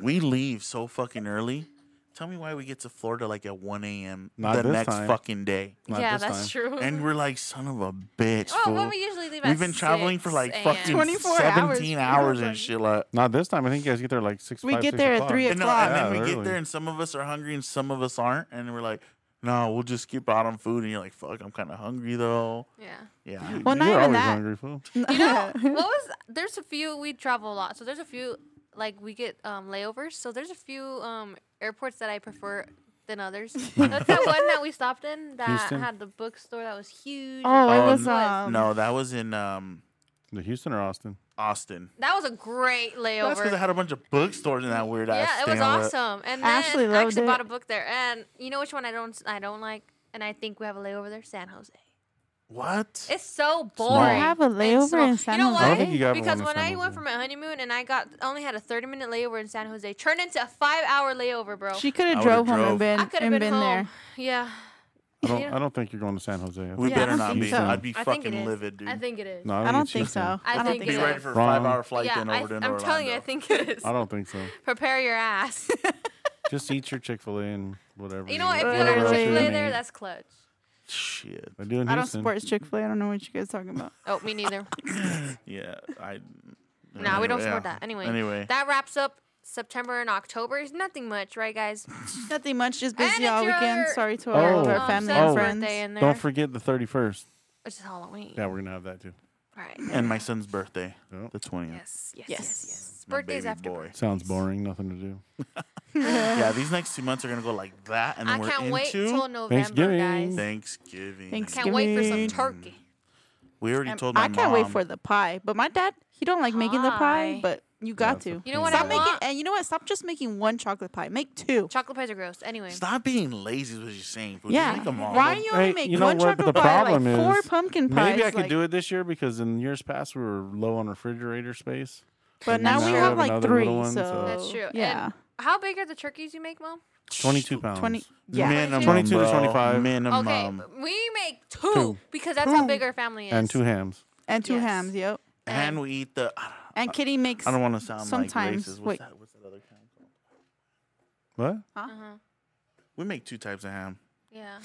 Speaker 1: we leave so fucking early. Tell me why we get to Florida like at 1 a.m.
Speaker 4: Not
Speaker 1: the
Speaker 4: this
Speaker 1: next
Speaker 4: time.
Speaker 1: fucking day.
Speaker 4: Not
Speaker 2: yeah,
Speaker 4: this
Speaker 2: that's
Speaker 4: time.
Speaker 2: true.
Speaker 1: And we're like, son of a bitch.
Speaker 2: oh,
Speaker 1: fool.
Speaker 2: well, we usually leave.
Speaker 1: We've
Speaker 2: at
Speaker 1: been traveling for
Speaker 2: 6
Speaker 1: like
Speaker 2: a.m.
Speaker 1: fucking
Speaker 3: 24
Speaker 1: 17 hours,
Speaker 3: hours.
Speaker 1: and shit like
Speaker 4: Not this time. I think you guys get there like six.
Speaker 3: We
Speaker 4: five,
Speaker 3: get
Speaker 4: six
Speaker 3: there at
Speaker 4: o'clock.
Speaker 3: three
Speaker 1: And, no,
Speaker 3: o'clock.
Speaker 1: and then
Speaker 4: Yeah,
Speaker 1: we get
Speaker 4: early.
Speaker 1: there and some of us are hungry and some of us aren't. And we're like, no, we'll just skip out on food. And you're like, fuck, I'm kind of hungry though.
Speaker 2: Yeah.
Speaker 1: Yeah.
Speaker 3: Well,
Speaker 4: You're
Speaker 3: not even
Speaker 4: always
Speaker 3: that.
Speaker 4: hungry, fool.
Speaker 2: what was there's a few we travel a lot so there's a few like we get um layovers so there's a few um airports that i prefer than others that's that one that we stopped in that
Speaker 4: Houston?
Speaker 2: had the bookstore that was huge
Speaker 3: Oh, it
Speaker 1: Oh,
Speaker 3: was
Speaker 1: no.
Speaker 3: um.
Speaker 1: no, that was in um,
Speaker 4: The Houston or Austin?
Speaker 1: Austin.
Speaker 2: that was a great
Speaker 1: That's because I
Speaker 2: layover
Speaker 1: had a bunch of bookstores in that weird ass
Speaker 2: yeah it was
Speaker 1: thing. I'm like,
Speaker 2: awesome and then
Speaker 3: Ashley
Speaker 2: i
Speaker 3: loved
Speaker 2: actually
Speaker 3: it.
Speaker 2: bought a book there and you know which one i don't i don't like and i think we have a layover there san jose
Speaker 1: What?
Speaker 2: It's so
Speaker 4: Small.
Speaker 2: boring.
Speaker 3: Have a
Speaker 2: and
Speaker 3: layover
Speaker 2: small.
Speaker 3: in San
Speaker 2: You know
Speaker 3: Jose?
Speaker 2: why?
Speaker 3: I
Speaker 4: don't think you got
Speaker 2: because
Speaker 4: one in
Speaker 2: when
Speaker 4: San
Speaker 2: I went
Speaker 4: Jose.
Speaker 2: for my honeymoon and I got only had a 30 minute layover in San Jose, turned into a five hour layover, bro.
Speaker 3: She could
Speaker 1: I
Speaker 3: have
Speaker 1: would've
Speaker 3: drove home
Speaker 1: drove.
Speaker 3: and been
Speaker 2: I could have been,
Speaker 3: and been
Speaker 2: home.
Speaker 3: there.
Speaker 2: Yeah,
Speaker 4: I don't.
Speaker 2: Yeah.
Speaker 4: I don't think you're going to San Jose. I
Speaker 1: We
Speaker 2: Yeah,
Speaker 4: think-
Speaker 2: I
Speaker 1: better
Speaker 2: don't
Speaker 1: not
Speaker 3: think
Speaker 1: be.
Speaker 3: so.
Speaker 1: I'd be
Speaker 2: I think it
Speaker 1: fucking
Speaker 2: is.
Speaker 1: livid, dude.
Speaker 2: I think it is.
Speaker 4: No,
Speaker 3: I don't
Speaker 4: it's
Speaker 3: think
Speaker 4: Houston.
Speaker 3: so. I
Speaker 2: think
Speaker 3: don't
Speaker 2: it
Speaker 1: be
Speaker 3: think
Speaker 2: is.
Speaker 1: ready
Speaker 3: so.
Speaker 1: for a
Speaker 4: Wrong.
Speaker 1: five-hour flight
Speaker 2: yeah,
Speaker 1: then
Speaker 2: I,
Speaker 1: over to
Speaker 2: I'm
Speaker 1: Orlando.
Speaker 2: telling you, I think it is.
Speaker 4: I don't think so.
Speaker 2: Prepare your ass.
Speaker 4: Just eat your Chick Fil A and whatever.
Speaker 2: you know what? If you got a
Speaker 4: whatever else
Speaker 2: Chick Fil
Speaker 4: you
Speaker 2: A
Speaker 4: eat.
Speaker 2: there, that's clutch.
Speaker 1: Shit.
Speaker 4: They do in
Speaker 3: I don't
Speaker 4: Houston.
Speaker 3: support Chick Fil A. I don't know what you guys talking about.
Speaker 2: Oh, me neither.
Speaker 1: Yeah, I.
Speaker 2: no, we don't support that. Anyway,
Speaker 1: Anyway,
Speaker 2: that wraps up September and October. It's nothing much, right, guys?
Speaker 3: Nothing much, just
Speaker 2: And
Speaker 3: busy
Speaker 2: it's
Speaker 3: all weekend.
Speaker 2: your-
Speaker 3: Sorry to our,
Speaker 4: Oh.
Speaker 3: to our
Speaker 4: Um,
Speaker 3: family
Speaker 4: son's
Speaker 3: and
Speaker 2: birthday
Speaker 3: friends.
Speaker 2: in there.
Speaker 4: Don't forget the 31st.
Speaker 2: Which is Halloween.
Speaker 4: Yeah, we're gonna have that too.
Speaker 2: All right.
Speaker 1: and my son's birthday,
Speaker 4: Yep.
Speaker 1: the twentieth.
Speaker 2: Yes. Yes. Yes.
Speaker 3: Yes.
Speaker 2: Yes.
Speaker 1: My
Speaker 2: Birthdays
Speaker 1: baby
Speaker 2: after.
Speaker 1: boy.
Speaker 2: birthdays.
Speaker 4: Sounds boring. Nothing to do.
Speaker 1: Yeah, these next two months are gonna go like that, and then
Speaker 2: I
Speaker 1: we're
Speaker 2: can't
Speaker 1: into
Speaker 2: wait till November,
Speaker 4: Thanksgiving.
Speaker 2: guys.
Speaker 1: Thanksgiving.
Speaker 3: Thanks-
Speaker 2: Can't wait for some
Speaker 3: Thanksgiving.
Speaker 2: turkey.
Speaker 1: We already
Speaker 3: Um,
Speaker 1: told my
Speaker 3: I can't wait
Speaker 1: mom.
Speaker 3: for the pie, but my dad he don't like making the
Speaker 2: Pie.
Speaker 3: pie, but You got
Speaker 4: that's
Speaker 3: to.
Speaker 4: a-
Speaker 2: You know what
Speaker 3: Stop
Speaker 2: I
Speaker 3: making,
Speaker 2: want?
Speaker 3: and you know what? Stop just making one chocolate pie. Make two.
Speaker 2: Chocolate pies are gross. Anyway,
Speaker 1: Stop being lazy. Is what you're saying? Food.
Speaker 3: yeah.
Speaker 1: Make them all.
Speaker 3: Why are you only
Speaker 4: Hey,
Speaker 3: make
Speaker 4: you know
Speaker 3: one
Speaker 4: what? But
Speaker 3: chocolate
Speaker 4: the
Speaker 3: pie? Like
Speaker 4: problem
Speaker 3: four
Speaker 4: is
Speaker 3: pumpkin pies.
Speaker 4: Maybe I could
Speaker 3: like,
Speaker 4: do it this year because in years past we were low on refrigerator space.
Speaker 3: But
Speaker 4: and
Speaker 3: now
Speaker 2: now
Speaker 3: we
Speaker 2: we
Speaker 3: have
Speaker 2: have
Speaker 3: like
Speaker 4: another
Speaker 3: three.
Speaker 4: little one,
Speaker 3: so
Speaker 4: so-
Speaker 2: That's true. And
Speaker 3: Yeah.
Speaker 2: how big are the turkeys you make, mom?
Speaker 4: 22 pounds.
Speaker 3: Twenty. Yeah.
Speaker 1: Minimum,
Speaker 4: 22 to
Speaker 1: bro.
Speaker 4: 25.
Speaker 1: Minimum.
Speaker 2: okay, we make two,
Speaker 4: Two.
Speaker 2: because that's how
Speaker 4: Two.
Speaker 2: big our family is.
Speaker 4: And two hams.
Speaker 3: And two
Speaker 2: Yes.
Speaker 3: hams. Yep.
Speaker 1: And we eat the. I don't,
Speaker 3: And Kitty makes.
Speaker 1: I don't want to sound
Speaker 3: Sometimes-
Speaker 1: like racist. What's
Speaker 3: wait.
Speaker 1: that? What's that other kind called?
Speaker 4: What?
Speaker 2: Uh-huh.
Speaker 1: We make two types of ham.
Speaker 2: Yeah.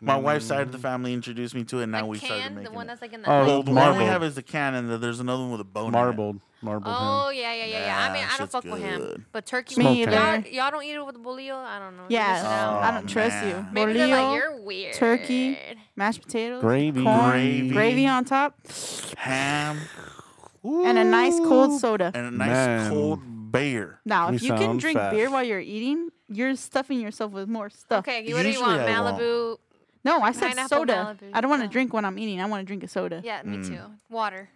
Speaker 1: My
Speaker 4: Mm-hmm.
Speaker 1: wife's side of the family introduced me to it, and now
Speaker 2: like
Speaker 1: we started
Speaker 2: canned,
Speaker 1: making
Speaker 2: the
Speaker 1: it.
Speaker 2: one that's like in the
Speaker 4: Oh,
Speaker 1: Well,
Speaker 2: ice.
Speaker 1: the one we
Speaker 4: Marbled.
Speaker 1: have is the can, and the, there's another one with a bone. in it.
Speaker 4: Marbled. Marbled
Speaker 2: Oh yeah, yeah, yeah, yeah. I
Speaker 1: Nah,
Speaker 2: mean, I don't
Speaker 1: shit's
Speaker 2: fuck with him,
Speaker 1: good.
Speaker 2: but turkey.
Speaker 4: Smoked
Speaker 2: y'all,
Speaker 3: ham.
Speaker 2: y'all don't eat it with bolillo. I don't know. You
Speaker 3: Yeah.
Speaker 2: just
Speaker 1: Oh,
Speaker 2: don't.
Speaker 3: I don't trust
Speaker 1: man.
Speaker 3: you.
Speaker 2: Maybe they're
Speaker 3: Bolillo,
Speaker 2: like you're weird.
Speaker 3: turkey, mashed potatoes,
Speaker 4: Gravy.
Speaker 3: corn,
Speaker 1: Gravy.
Speaker 3: gravy on top,
Speaker 1: ham
Speaker 3: Oh, and a nice cold soda.
Speaker 1: and a nice
Speaker 4: Man.
Speaker 1: cold beer.
Speaker 3: Now,
Speaker 4: We
Speaker 3: if you can
Speaker 4: sound
Speaker 3: drink beer
Speaker 4: fat.
Speaker 3: while you're eating, you're stuffing yourself with more stuff.
Speaker 2: Okay, you- what do you
Speaker 1: Usually
Speaker 2: want?
Speaker 1: I won't.
Speaker 2: Malibu.
Speaker 3: No, I said
Speaker 2: Pineapple
Speaker 3: soda.
Speaker 2: Malibu.
Speaker 3: I don't want to
Speaker 2: Oh.
Speaker 3: drink when I'm eating. I want to drink a soda.
Speaker 2: Yeah, me
Speaker 1: Mm.
Speaker 2: too. Water.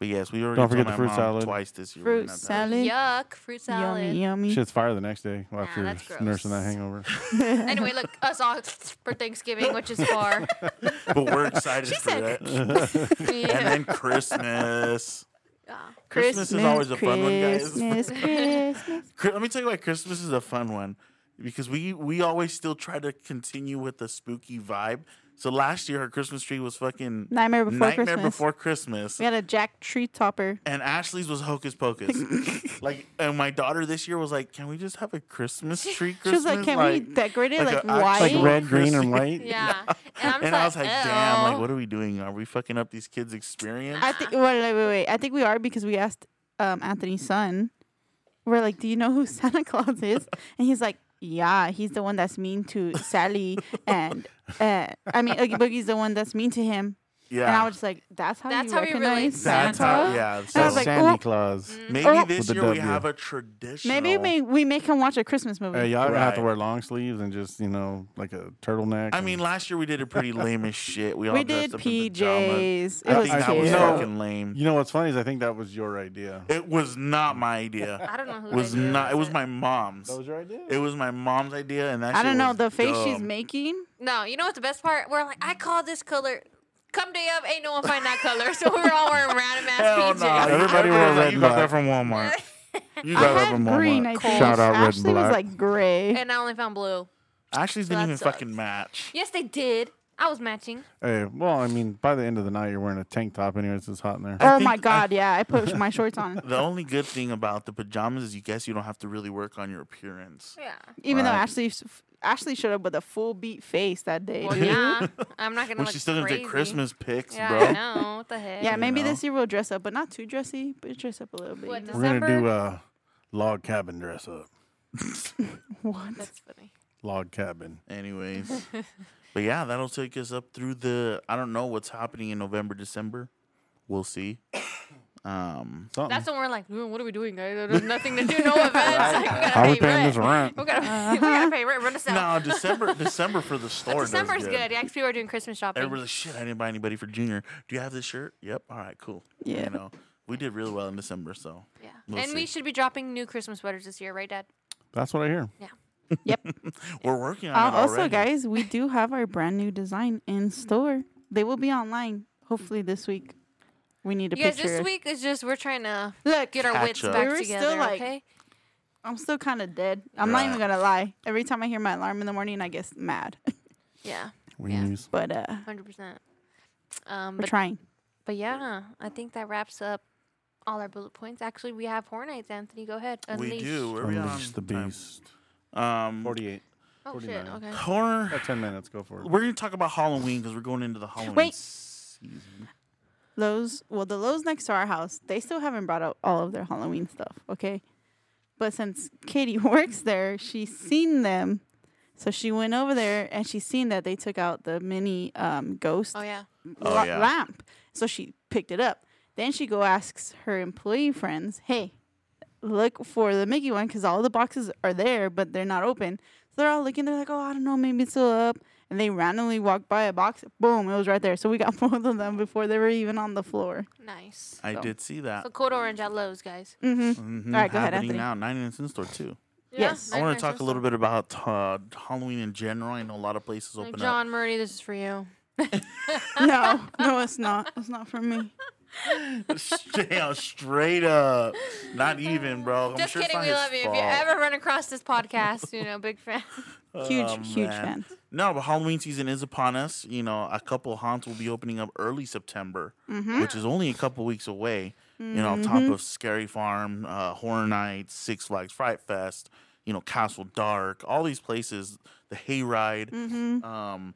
Speaker 1: But yes, we already
Speaker 4: Don't
Speaker 1: told
Speaker 4: forget the
Speaker 1: my
Speaker 4: fruit
Speaker 1: mom
Speaker 4: salad.
Speaker 1: twice this year. we're
Speaker 3: Fruit
Speaker 1: not that-
Speaker 3: salad.
Speaker 2: Yuck. Fruit salad.
Speaker 3: Yummy, yummy.
Speaker 4: Shit's fire the next day well,
Speaker 2: Nah,
Speaker 4: after
Speaker 2: that's gross.
Speaker 4: nursing that hangover.
Speaker 2: Anyway, look, us all for Thanksgiving, which is far.
Speaker 1: But we're excited for
Speaker 3: said-
Speaker 1: that. And
Speaker 2: yeah.
Speaker 1: then Christmas.
Speaker 2: Yeah.
Speaker 1: Christmas is always a fun one, guys.
Speaker 3: Christmas, Christmas.
Speaker 1: Chri- Let me tell you why Christmas is a fun one because we we always still try to continue with the spooky vibe. So last year her Christmas tree was fucking
Speaker 3: Nightmare Before
Speaker 1: Nightmare
Speaker 3: Christmas.
Speaker 1: Before Christmas,
Speaker 3: We had a Jack Tree Topper.
Speaker 1: and Ashley's was Hocus Pocus. like, and my daughter this year was like, "Can we just have a Christmas tree?" Christmas?
Speaker 3: She was like, "Can we decorate it
Speaker 1: like
Speaker 3: like,
Speaker 1: a actual
Speaker 3: white?"
Speaker 4: like
Speaker 1: Right?
Speaker 4: red, green, and
Speaker 1: Christmas.
Speaker 4: white.
Speaker 2: Yeah. And I'm just "Oh."
Speaker 1: And I was like, "Damn!
Speaker 2: "Ew."
Speaker 1: Like, what are we doing? Are we fucking up these kids' experience?"
Speaker 3: I think. Wait, wait, wait, wait. I think we are because we asked um, Anthony's son. We're like, "Do you know who Santa Claus is?" And he's like, "Yeah, he's the one that's mean to Sally, and uh, I mean, Oogie Boogie's the one that's mean to him."
Speaker 1: yeah,
Speaker 3: And I was just like, "That's how
Speaker 2: That's
Speaker 3: you
Speaker 2: how we
Speaker 3: recognize
Speaker 2: relate to
Speaker 1: that's
Speaker 3: Santa."
Speaker 1: how. Yeah, so
Speaker 3: I was
Speaker 4: That's
Speaker 3: like,
Speaker 4: Sandy
Speaker 3: oh.
Speaker 4: Claus.
Speaker 1: maybe
Speaker 3: oh.
Speaker 1: this
Speaker 4: With the
Speaker 1: year we
Speaker 4: W.
Speaker 1: have a tradition.
Speaker 3: Maybe we, we make him watch a Christmas movie.
Speaker 1: Uh,
Speaker 4: Hey, Uh, y'all all have to
Speaker 1: Right.
Speaker 4: wear long sleeves and just, you know, like a turtleneck.
Speaker 1: I
Speaker 4: and-
Speaker 1: mean, last year we did a pretty lame as shit. We all
Speaker 3: we
Speaker 1: dressed
Speaker 3: did
Speaker 1: up in pajamas.
Speaker 3: PJs. It
Speaker 1: I think
Speaker 3: was
Speaker 1: that
Speaker 3: cute.
Speaker 1: was
Speaker 4: You know-
Speaker 1: fucking lame.
Speaker 4: you know what's funny is I think that was your idea.
Speaker 1: It was not my idea.
Speaker 2: I don't know who
Speaker 1: It was not. It was my mom's.
Speaker 4: your idea?
Speaker 1: It was my mom's idea, and that.
Speaker 3: I
Speaker 1: shit
Speaker 3: don't know
Speaker 1: was
Speaker 3: the face she's
Speaker 1: dumb.
Speaker 3: making.
Speaker 2: No, you know what's the best part? We're like, I call this color. Come day of, ain't no one find that color. So we're all wearing random
Speaker 1: Hell
Speaker 2: ass
Speaker 1: no!
Speaker 2: PJs.
Speaker 4: Everybody
Speaker 1: was
Speaker 4: wore
Speaker 1: like,
Speaker 4: red
Speaker 1: You got
Speaker 4: and
Speaker 1: that from Walmart. You got
Speaker 3: I
Speaker 1: that
Speaker 3: had
Speaker 1: from Walmart.
Speaker 3: green. I think.
Speaker 4: Shout out Red and
Speaker 3: Ashley was
Speaker 4: Black.
Speaker 3: like gray.
Speaker 2: And I only found blue.
Speaker 1: Ashley's didn't
Speaker 2: that
Speaker 1: even
Speaker 2: sucks.
Speaker 1: fucking match.
Speaker 2: Yes, they did. I was matching.
Speaker 4: Hey, well, I mean, by the end of the night, you're wearing a tank top anyways. It's hot in there.
Speaker 3: Oh
Speaker 1: think
Speaker 3: my
Speaker 1: I-
Speaker 3: god, yeah, I put my shorts on.
Speaker 1: The only good thing about the pajamas is you guess you don't have to really work on your appearance.
Speaker 2: Yeah.
Speaker 3: Even though
Speaker 4: Right.
Speaker 3: Ashley Ashley showed up with a full beat face that day.
Speaker 2: Well,
Speaker 3: dude.
Speaker 2: yeah. I'm not gonna.
Speaker 1: When
Speaker 2: look
Speaker 1: she's still gonna
Speaker 2: crazy.
Speaker 1: get Christmas pics,
Speaker 2: Yeah, I
Speaker 1: bro.
Speaker 2: know. What the heck?
Speaker 3: Yeah,
Speaker 1: You
Speaker 3: maybe
Speaker 1: know.
Speaker 3: this year we'll dress up, but not too dressy, but dress up a little bit.
Speaker 2: What
Speaker 3: you know?
Speaker 2: does-
Speaker 4: We're going to do
Speaker 2: December.
Speaker 4: a log cabin dress up.
Speaker 3: What?
Speaker 2: That's funny.
Speaker 4: Log cabin.
Speaker 1: Anyways, but yeah, that'll take us up through the. I don't know what's happening in November, December. We'll see. Um,
Speaker 4: Something.
Speaker 2: That's when we're like, "Ooh, what are we doing, guys? There's nothing to do. No events. Like, we gotta
Speaker 4: How
Speaker 2: pay
Speaker 4: we paying
Speaker 2: rent.
Speaker 4: this rent?
Speaker 2: We gotta, we gotta pay rent. Run us out.
Speaker 1: no, December, December for the store. does
Speaker 2: December's good. Yeah, 'cause people are doing Christmas shopping.
Speaker 1: Everybody's like, shit, I didn't buy anybody for junior. Do you have this shirt? Yep. All right, cool.
Speaker 3: Yeah.
Speaker 1: You know, we did really well in December, so
Speaker 2: yeah.
Speaker 1: We'll
Speaker 2: and we
Speaker 1: see.
Speaker 2: should be dropping new Christmas sweaters this year, right, Dad?
Speaker 4: That's what I hear.
Speaker 1: we're working on
Speaker 3: Uh,
Speaker 1: it
Speaker 3: also,
Speaker 1: already.
Speaker 3: guys, we do have our brand new design
Speaker 2: Mm-hmm.
Speaker 3: in store. They will be online hopefully this week. We need a
Speaker 2: You guys,
Speaker 3: picture.
Speaker 2: this week is just we're trying to
Speaker 3: Look,
Speaker 2: get our
Speaker 1: Catch
Speaker 2: wits
Speaker 1: up.
Speaker 2: back
Speaker 3: We were still
Speaker 2: together.
Speaker 3: like-
Speaker 2: okay.
Speaker 3: I'm still kind of dead. I'm not even
Speaker 1: Right.
Speaker 3: gonna lie. Every time I hear my alarm in the morning, I get mad.
Speaker 2: Yeah,
Speaker 4: We
Speaker 2: Yeah.
Speaker 4: use.
Speaker 3: but uh,
Speaker 2: hundred percent. Um,
Speaker 3: we're
Speaker 2: but
Speaker 3: trying.
Speaker 2: but yeah, I think that wraps up all our bullet points. Actually, we have Horn Nights, Anthony. Go ahead. Unleash.
Speaker 1: we do. We're
Speaker 4: Unleash the
Speaker 1: beyond time.
Speaker 4: beast.
Speaker 1: Um,
Speaker 4: 48.
Speaker 2: Oh shit.
Speaker 4: 49.
Speaker 2: Okay.
Speaker 1: horror.
Speaker 4: About 10 minutes. Go for it.
Speaker 1: We're gonna talk about Halloween because we're going into the Halloween
Speaker 3: Wait.
Speaker 1: season.
Speaker 3: Lowe's, well, the Lowe's next to our house, they still haven't brought out all of their Halloween stuff, okay? But since Katie works there, she's seen them. So she went over there and she's seen that they took out the mini um, ghost
Speaker 2: Oh yeah.
Speaker 1: Oh,
Speaker 3: la-
Speaker 1: yeah.
Speaker 3: lamp. So she picked it up. Then she go asks her employee friends, "Hey, look for the Mickey one because all the boxes are there, but they're not open." So they're all looking. They're like, "Oh, I don't know, maybe it's still up." And and they randomly walked by a box. Boom, it was right there. So we got both of them before they were even on the floor.
Speaker 2: Nice.
Speaker 1: I
Speaker 3: So.
Speaker 1: did see that.
Speaker 2: So code orange at Lowe's, guys.
Speaker 3: hmm
Speaker 1: Mhm,
Speaker 3: All right, go ahead,
Speaker 1: happening
Speaker 3: Anthony.
Speaker 1: now, 99 cent store too.
Speaker 3: Yes.
Speaker 1: I want to talk a little bit about uh, Halloween in general. I know a lot of places open up.
Speaker 2: John Murray, this is for you.
Speaker 3: no, no, it's not. It's not for me.
Speaker 1: Damn, straight up. Not even, bro. I'm
Speaker 2: Just
Speaker 1: sure it's
Speaker 2: kidding.
Speaker 1: not
Speaker 2: We
Speaker 1: his
Speaker 2: love you. If
Speaker 1: fault.
Speaker 2: you ever run across this podcast, you know, big fan.
Speaker 3: Huge,
Speaker 1: Oh,
Speaker 3: huge
Speaker 1: man.
Speaker 3: fan.
Speaker 1: No, but Halloween season is upon us. You know, a couple haunts will be opening up early September,
Speaker 3: Mm-hmm.
Speaker 1: which is only a couple weeks away. You know, on top
Speaker 2: Mm-hmm.
Speaker 1: of Scary Farm, uh, Horror Nights, Six Flags Fright Fest, you know, Castle Dark, all these places, the Hayride.
Speaker 3: Mm-hmm.
Speaker 1: Um,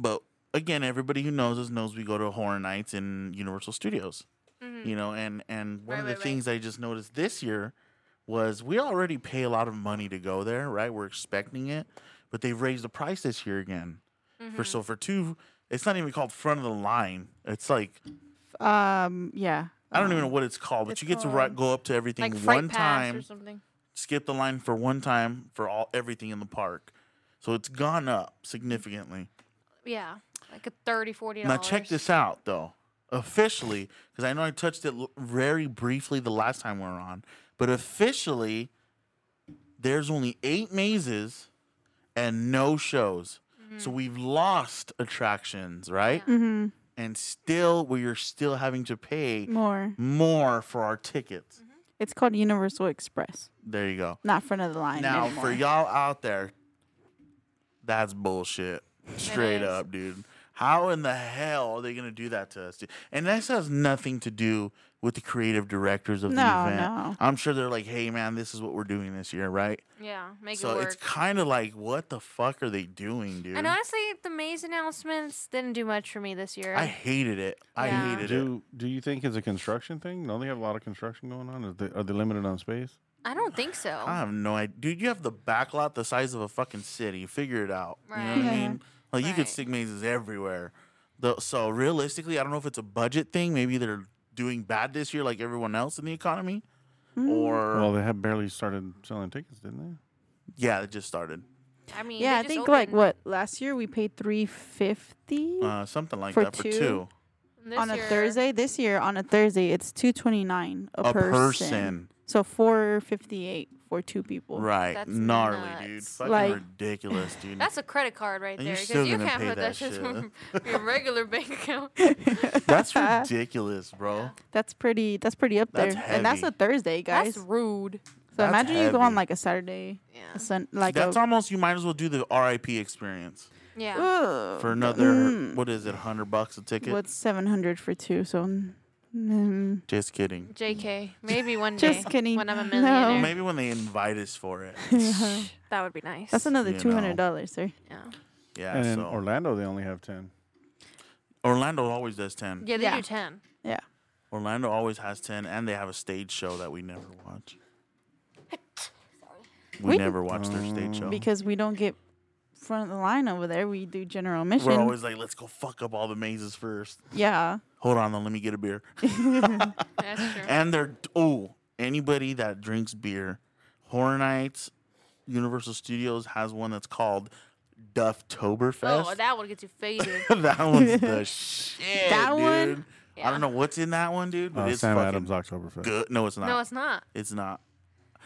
Speaker 1: but again, everybody who knows us knows we go to Horror Nights in Universal Studios. You know, and and one
Speaker 2: Mm-hmm. Right,
Speaker 1: of the
Speaker 2: right, right.
Speaker 1: things I just noticed this year was we already pay a lot of money to go there, right? We're expecting it, but they've raised the price this year again.
Speaker 2: Mm-hmm.
Speaker 1: For so for two, it's not even called front of the line. It's like
Speaker 3: Um, yeah.
Speaker 1: I don't even know what it's called, but
Speaker 3: It's
Speaker 1: you get to
Speaker 3: called-
Speaker 1: ri- go up to everything
Speaker 2: Like
Speaker 1: one
Speaker 2: Fright Pass or
Speaker 1: time,
Speaker 2: something.
Speaker 1: skip the line for one time for all everything in the park. So it's gone up significantly.
Speaker 2: Yeah. Like a 30 $40.
Speaker 1: Now check this out though, officially, because I know I touched it l- very briefly the last time we were on, but officially, there's only eight mazes and no shows, so we've lost attractions, right?
Speaker 3: Mm-hmm.
Speaker 1: And still, we are still having to pay
Speaker 3: More.
Speaker 1: more for our tickets.
Speaker 3: It's called Universal Express,
Speaker 1: There you go.
Speaker 3: not front of the line.
Speaker 1: Now,
Speaker 3: anymore.
Speaker 1: for y'all out there, that's bullshit. Straight
Speaker 2: is.
Speaker 1: up, dude. How in the hell are they going to do that to us? dude? And this has nothing to do with the creative directors of the
Speaker 3: No,
Speaker 1: event.
Speaker 3: no.
Speaker 1: I'm sure they're like, hey, man, this is what we're doing this year, right?
Speaker 2: Yeah. Make
Speaker 1: so
Speaker 2: it
Speaker 1: it's
Speaker 2: work.
Speaker 1: kind of like, what the fuck are they doing, dude?
Speaker 2: And honestly, the maze announcements didn't do much for me this year.
Speaker 1: I hated it. I
Speaker 2: Yeah.
Speaker 1: hated it.
Speaker 4: Do do you think it's a construction thing? Don't they have a lot of construction going on? Are they, are they limited on space?
Speaker 2: I don't think so.
Speaker 1: I have no idea. Dude, you have the backlot the size of a fucking city. Figure it out. You know what I
Speaker 3: Right.
Speaker 1: mean? Like, you could
Speaker 2: Right.
Speaker 1: stick mazes everywhere. Though so, realistically, I don't know if it's a budget thing. Maybe they're doing bad this year, like everyone else in the economy.
Speaker 3: Mm.
Speaker 1: Or,
Speaker 4: Well, they have barely started selling tickets, didn't they?
Speaker 1: yeah, it just started.
Speaker 2: I mean,
Speaker 3: yeah,
Speaker 2: they
Speaker 3: I
Speaker 2: just
Speaker 3: think like
Speaker 2: opened
Speaker 3: what last year we paid three fifty
Speaker 1: Uh, something like
Speaker 3: For
Speaker 1: that for
Speaker 3: two?
Speaker 1: two.
Speaker 2: this
Speaker 3: on a
Speaker 2: year.
Speaker 3: Thursday. This year on a Thursday it's two twenty nine a,
Speaker 1: A person.
Speaker 3: So four fifty eight for two people.
Speaker 1: Right.
Speaker 2: That's
Speaker 1: Gnarly, dude.
Speaker 2: nuts.
Speaker 1: Fucking
Speaker 3: Like-
Speaker 1: ridiculous, dude.
Speaker 2: That's a credit card right
Speaker 1: Mm. And you're
Speaker 2: there because
Speaker 1: still
Speaker 2: you
Speaker 1: gonna
Speaker 2: can't
Speaker 1: pay
Speaker 2: put
Speaker 1: that
Speaker 2: that shit
Speaker 1: shit.
Speaker 2: from your regular bank account.
Speaker 1: That's ridiculous, bro.
Speaker 3: That's pretty. That's pretty up there.
Speaker 1: That's
Speaker 3: And that's a
Speaker 1: heavy.
Speaker 3: Thursday, guys.
Speaker 2: That's rude.
Speaker 3: so
Speaker 1: that's
Speaker 3: imagine you go on
Speaker 1: heavy.
Speaker 3: like a Saturday,
Speaker 2: Yeah.
Speaker 3: a sun, like
Speaker 1: That's
Speaker 3: a.
Speaker 1: almost, you might as well do the RIP experience
Speaker 2: Yeah.
Speaker 3: Ugh.
Speaker 1: for another,
Speaker 3: Mm.
Speaker 1: what is it, 100 bucks a ticket?
Speaker 3: What's seven hundred for two? So. mm,
Speaker 1: just kidding.
Speaker 2: JK. Maybe one day.
Speaker 3: Just kidding.
Speaker 2: When I'm a
Speaker 3: No.
Speaker 2: millionaire.
Speaker 1: Well, maybe when they invite us for it.
Speaker 2: That would be nice.
Speaker 3: That's another
Speaker 1: You know.
Speaker 3: two hundred dollars, sir.
Speaker 2: yeah.
Speaker 1: Yeah.
Speaker 4: And in
Speaker 1: so
Speaker 4: Orlando, they only have ten.
Speaker 1: Orlando always does ten.
Speaker 2: Yeah, they
Speaker 3: Yeah.
Speaker 2: do 10.
Speaker 3: Yeah.
Speaker 1: Orlando always has ten, and they have a stage show that we never watch. We,
Speaker 3: We-
Speaker 1: never watch their stage show.
Speaker 3: Because we don't get front of the line over there. We do general
Speaker 1: We're
Speaker 3: mission.
Speaker 1: always like, let's go fuck up all the mazes first.
Speaker 3: yeah.
Speaker 1: Hold on, though, let me get a beer.
Speaker 2: That's true.
Speaker 1: and they're oh, anybody that drinks beer, Horror Nights, Universal Studios has one that's called Dufftoberfest.
Speaker 2: oh, that would get you faded.
Speaker 1: that one's the shit.
Speaker 3: That one?
Speaker 1: dude. I don't know what's in that one, dude, but
Speaker 4: Uh,
Speaker 1: it's
Speaker 4: Sam
Speaker 1: fucking
Speaker 4: Adams Oktoberfest.
Speaker 1: good. No, it's not.
Speaker 2: no, it's not.
Speaker 1: It's not.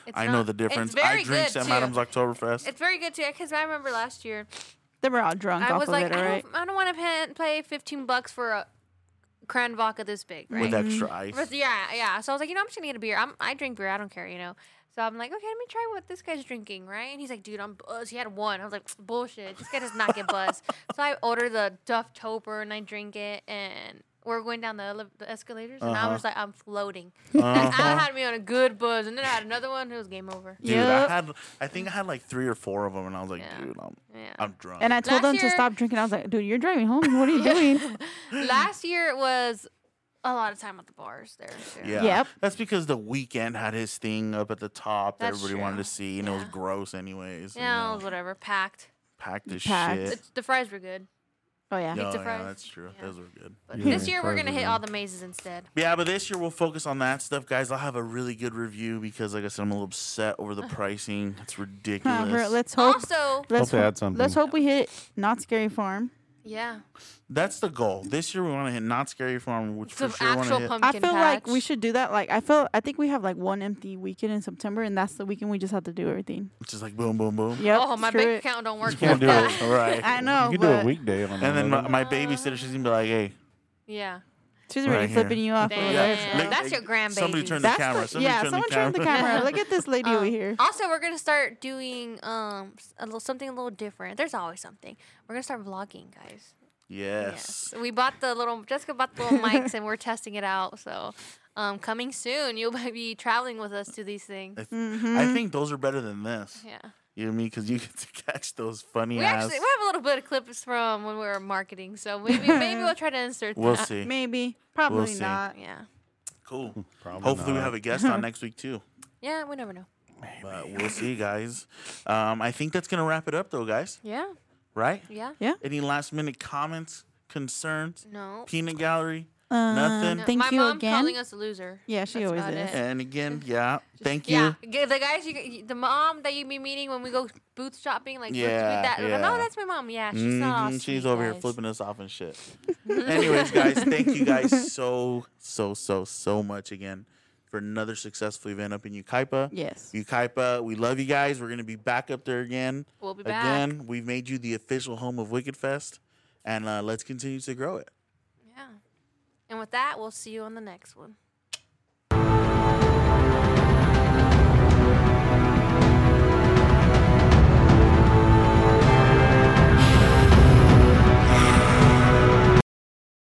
Speaker 2: It's
Speaker 1: I
Speaker 2: not.
Speaker 1: know the difference.
Speaker 2: It's very
Speaker 1: I drink
Speaker 2: good,
Speaker 1: Sam
Speaker 2: too.
Speaker 1: Adams Oktoberfest.
Speaker 2: It's very good too, because I remember last year
Speaker 3: They were all drunk
Speaker 2: I
Speaker 3: off
Speaker 2: was
Speaker 3: of
Speaker 2: like,
Speaker 3: it,
Speaker 2: I
Speaker 3: right?
Speaker 2: don't, I don't want to pay 15 bucks for a cran vodka this big, right?
Speaker 1: with extra ice.
Speaker 2: But yeah, yeah. So I was like, you know, I'm just gonna get a beer. I'm, I drink beer. I don't care, you know. So I'm like, okay, let me try what this guy's drinking, right? And he's like, dude, I'm buzzed. He had one. I was like, bullshit. This guy does not get buzzed. so I order the Duff Tober and I drink it, and we're going down the, ele- the escalators, and I was like, I'm floating. I had me on a good buzz, and then I had another one. It was game over.
Speaker 1: Uh-huh. Dude,
Speaker 3: Yup.
Speaker 1: I had I think I had like three or four of them, and I was like,
Speaker 2: Yeah.
Speaker 1: dude, I'm
Speaker 2: Yeah.
Speaker 1: I'm drunk.
Speaker 3: And I told
Speaker 2: Last
Speaker 3: them to
Speaker 2: year-
Speaker 3: stop drinking. I was like, dude, you're driving home. What are you doing?
Speaker 2: Last year it was a lot of time at the bars there. Too.
Speaker 1: yeah,
Speaker 3: Yep.
Speaker 1: that's because the weekend had his thing up at the top that
Speaker 2: That's
Speaker 1: everybody wanted
Speaker 2: true.
Speaker 1: to see, and it was
Speaker 2: Yeah.
Speaker 1: gross anyways.
Speaker 2: Yeah, it
Speaker 1: you
Speaker 2: was
Speaker 1: know,
Speaker 2: whatever. Packed.
Speaker 1: packed as
Speaker 3: Packed.
Speaker 1: shit.
Speaker 2: The, the fries were good.
Speaker 3: Oh yeah.
Speaker 1: Yeah,
Speaker 2: Pizza
Speaker 1: yeah,
Speaker 2: fries?
Speaker 1: that's true.
Speaker 2: Yeah.
Speaker 1: Those were good.
Speaker 2: But
Speaker 4: Yeah.
Speaker 2: this year we're gonna hit
Speaker 4: Fries are
Speaker 2: all the mazes instead.
Speaker 1: Yeah, but this year we'll focus on that stuff, guys. I'll have a really good review because, like I said, I'm a little upset over the pricing. It's
Speaker 3: Uh,
Speaker 1: ridiculous.
Speaker 3: her- let's hope.
Speaker 2: Also,
Speaker 4: Hope
Speaker 3: let's
Speaker 4: they
Speaker 3: ho-
Speaker 4: add something.
Speaker 3: Let's hope we hit not scary farm.
Speaker 2: yeah,
Speaker 1: That's the goal. This year we want to hit not scary farm, which
Speaker 2: some
Speaker 1: for sure want to
Speaker 2: actual
Speaker 1: hit.
Speaker 2: pumpkin.
Speaker 3: I feel like we
Speaker 2: patch.
Speaker 3: should do that. Like I feel. I think we have like one empty weekend in September, and that's the weekend we just have to do everything.
Speaker 1: It's just like boom, boom, boom.
Speaker 3: Yep.
Speaker 2: oh, my
Speaker 3: screw
Speaker 2: bank
Speaker 3: it.
Speaker 2: account don't work.
Speaker 4: You can't
Speaker 2: like
Speaker 4: do
Speaker 2: that.
Speaker 4: it.
Speaker 1: All right.
Speaker 3: I know.
Speaker 4: you could do
Speaker 3: but
Speaker 4: a weekday on
Speaker 1: and then my,
Speaker 4: another.
Speaker 1: my babysitter, she's gonna be like, "Hey,
Speaker 2: Yeah.
Speaker 3: She's already
Speaker 1: Right here.
Speaker 3: flipping you off. over
Speaker 2: Damn.
Speaker 3: there.
Speaker 1: Yeah. Look,
Speaker 2: That's your grandbaby.
Speaker 1: somebody turn the
Speaker 3: That's
Speaker 1: camera.
Speaker 3: the-
Speaker 1: somebody
Speaker 3: yeah,
Speaker 1: turn
Speaker 3: someone
Speaker 1: the
Speaker 3: turned
Speaker 1: camera.
Speaker 3: the camera. Look at this lady over
Speaker 2: Um,
Speaker 3: here.
Speaker 2: Also, we're gonna start doing um s- a little something a little different. There's always something. We're gonna start vlogging, guys.
Speaker 1: yes.
Speaker 2: We bought the little Jessica bought the little mics and we're testing it out. So, um, coming soon, you'll be traveling with us to these things.
Speaker 1: I,
Speaker 3: Mm-hmm.
Speaker 1: I think those are better than this.
Speaker 2: Mm-hmm. Yeah.
Speaker 1: You know what I mean? Because you get to catch those funny
Speaker 2: We
Speaker 1: ass.
Speaker 2: actually we have a little bit of clips from when we were marketing, so maybe maybe we'll try to insert.
Speaker 1: we'll
Speaker 2: that.
Speaker 1: see.
Speaker 3: Maybe. Probably
Speaker 1: see.
Speaker 3: not.
Speaker 2: Yeah.
Speaker 1: Cool.
Speaker 4: Probably
Speaker 1: Hopefully we
Speaker 4: not.
Speaker 1: have a guest on next week too.
Speaker 2: Yeah. We never know.
Speaker 1: But we'll see, guys. Um, I think that's gonna wrap it up though, guys.
Speaker 2: Yeah.
Speaker 1: Right?
Speaker 2: Yeah.
Speaker 3: Yeah.
Speaker 1: Any last minute comments, concerns?
Speaker 2: No.
Speaker 1: Peanut gallery.
Speaker 3: Um,
Speaker 1: Nothing.
Speaker 3: Thank
Speaker 2: My
Speaker 3: you
Speaker 2: mom
Speaker 3: again.
Speaker 2: calling us a loser.
Speaker 3: Yeah, she
Speaker 2: That's
Speaker 3: always
Speaker 2: about
Speaker 3: is.
Speaker 2: it.
Speaker 1: And again, yeah. Thank you.
Speaker 2: Yeah, g- the guys, you, g- the mom that you be meeting when we go booth shopping, like yeah,
Speaker 1: Yeah,
Speaker 2: that.
Speaker 1: yeah.
Speaker 2: No, that's my mom. Yeah, she's not. all
Speaker 1: Mhm, she's
Speaker 2: sweet,
Speaker 1: over here
Speaker 2: guys.
Speaker 1: flipping us off and shit. Anyways, guys, thank you guys so so so so much again for another successful event up in Ukaipa.
Speaker 3: Yes.
Speaker 1: Ukaipa, we love you guys. We're gonna be back up there again.
Speaker 2: We'll be back.
Speaker 1: Again, we've made you the official home of Wicked Fest, and uh, let's continue to grow it.
Speaker 2: Yeah. And with that, we'll see you on the next one.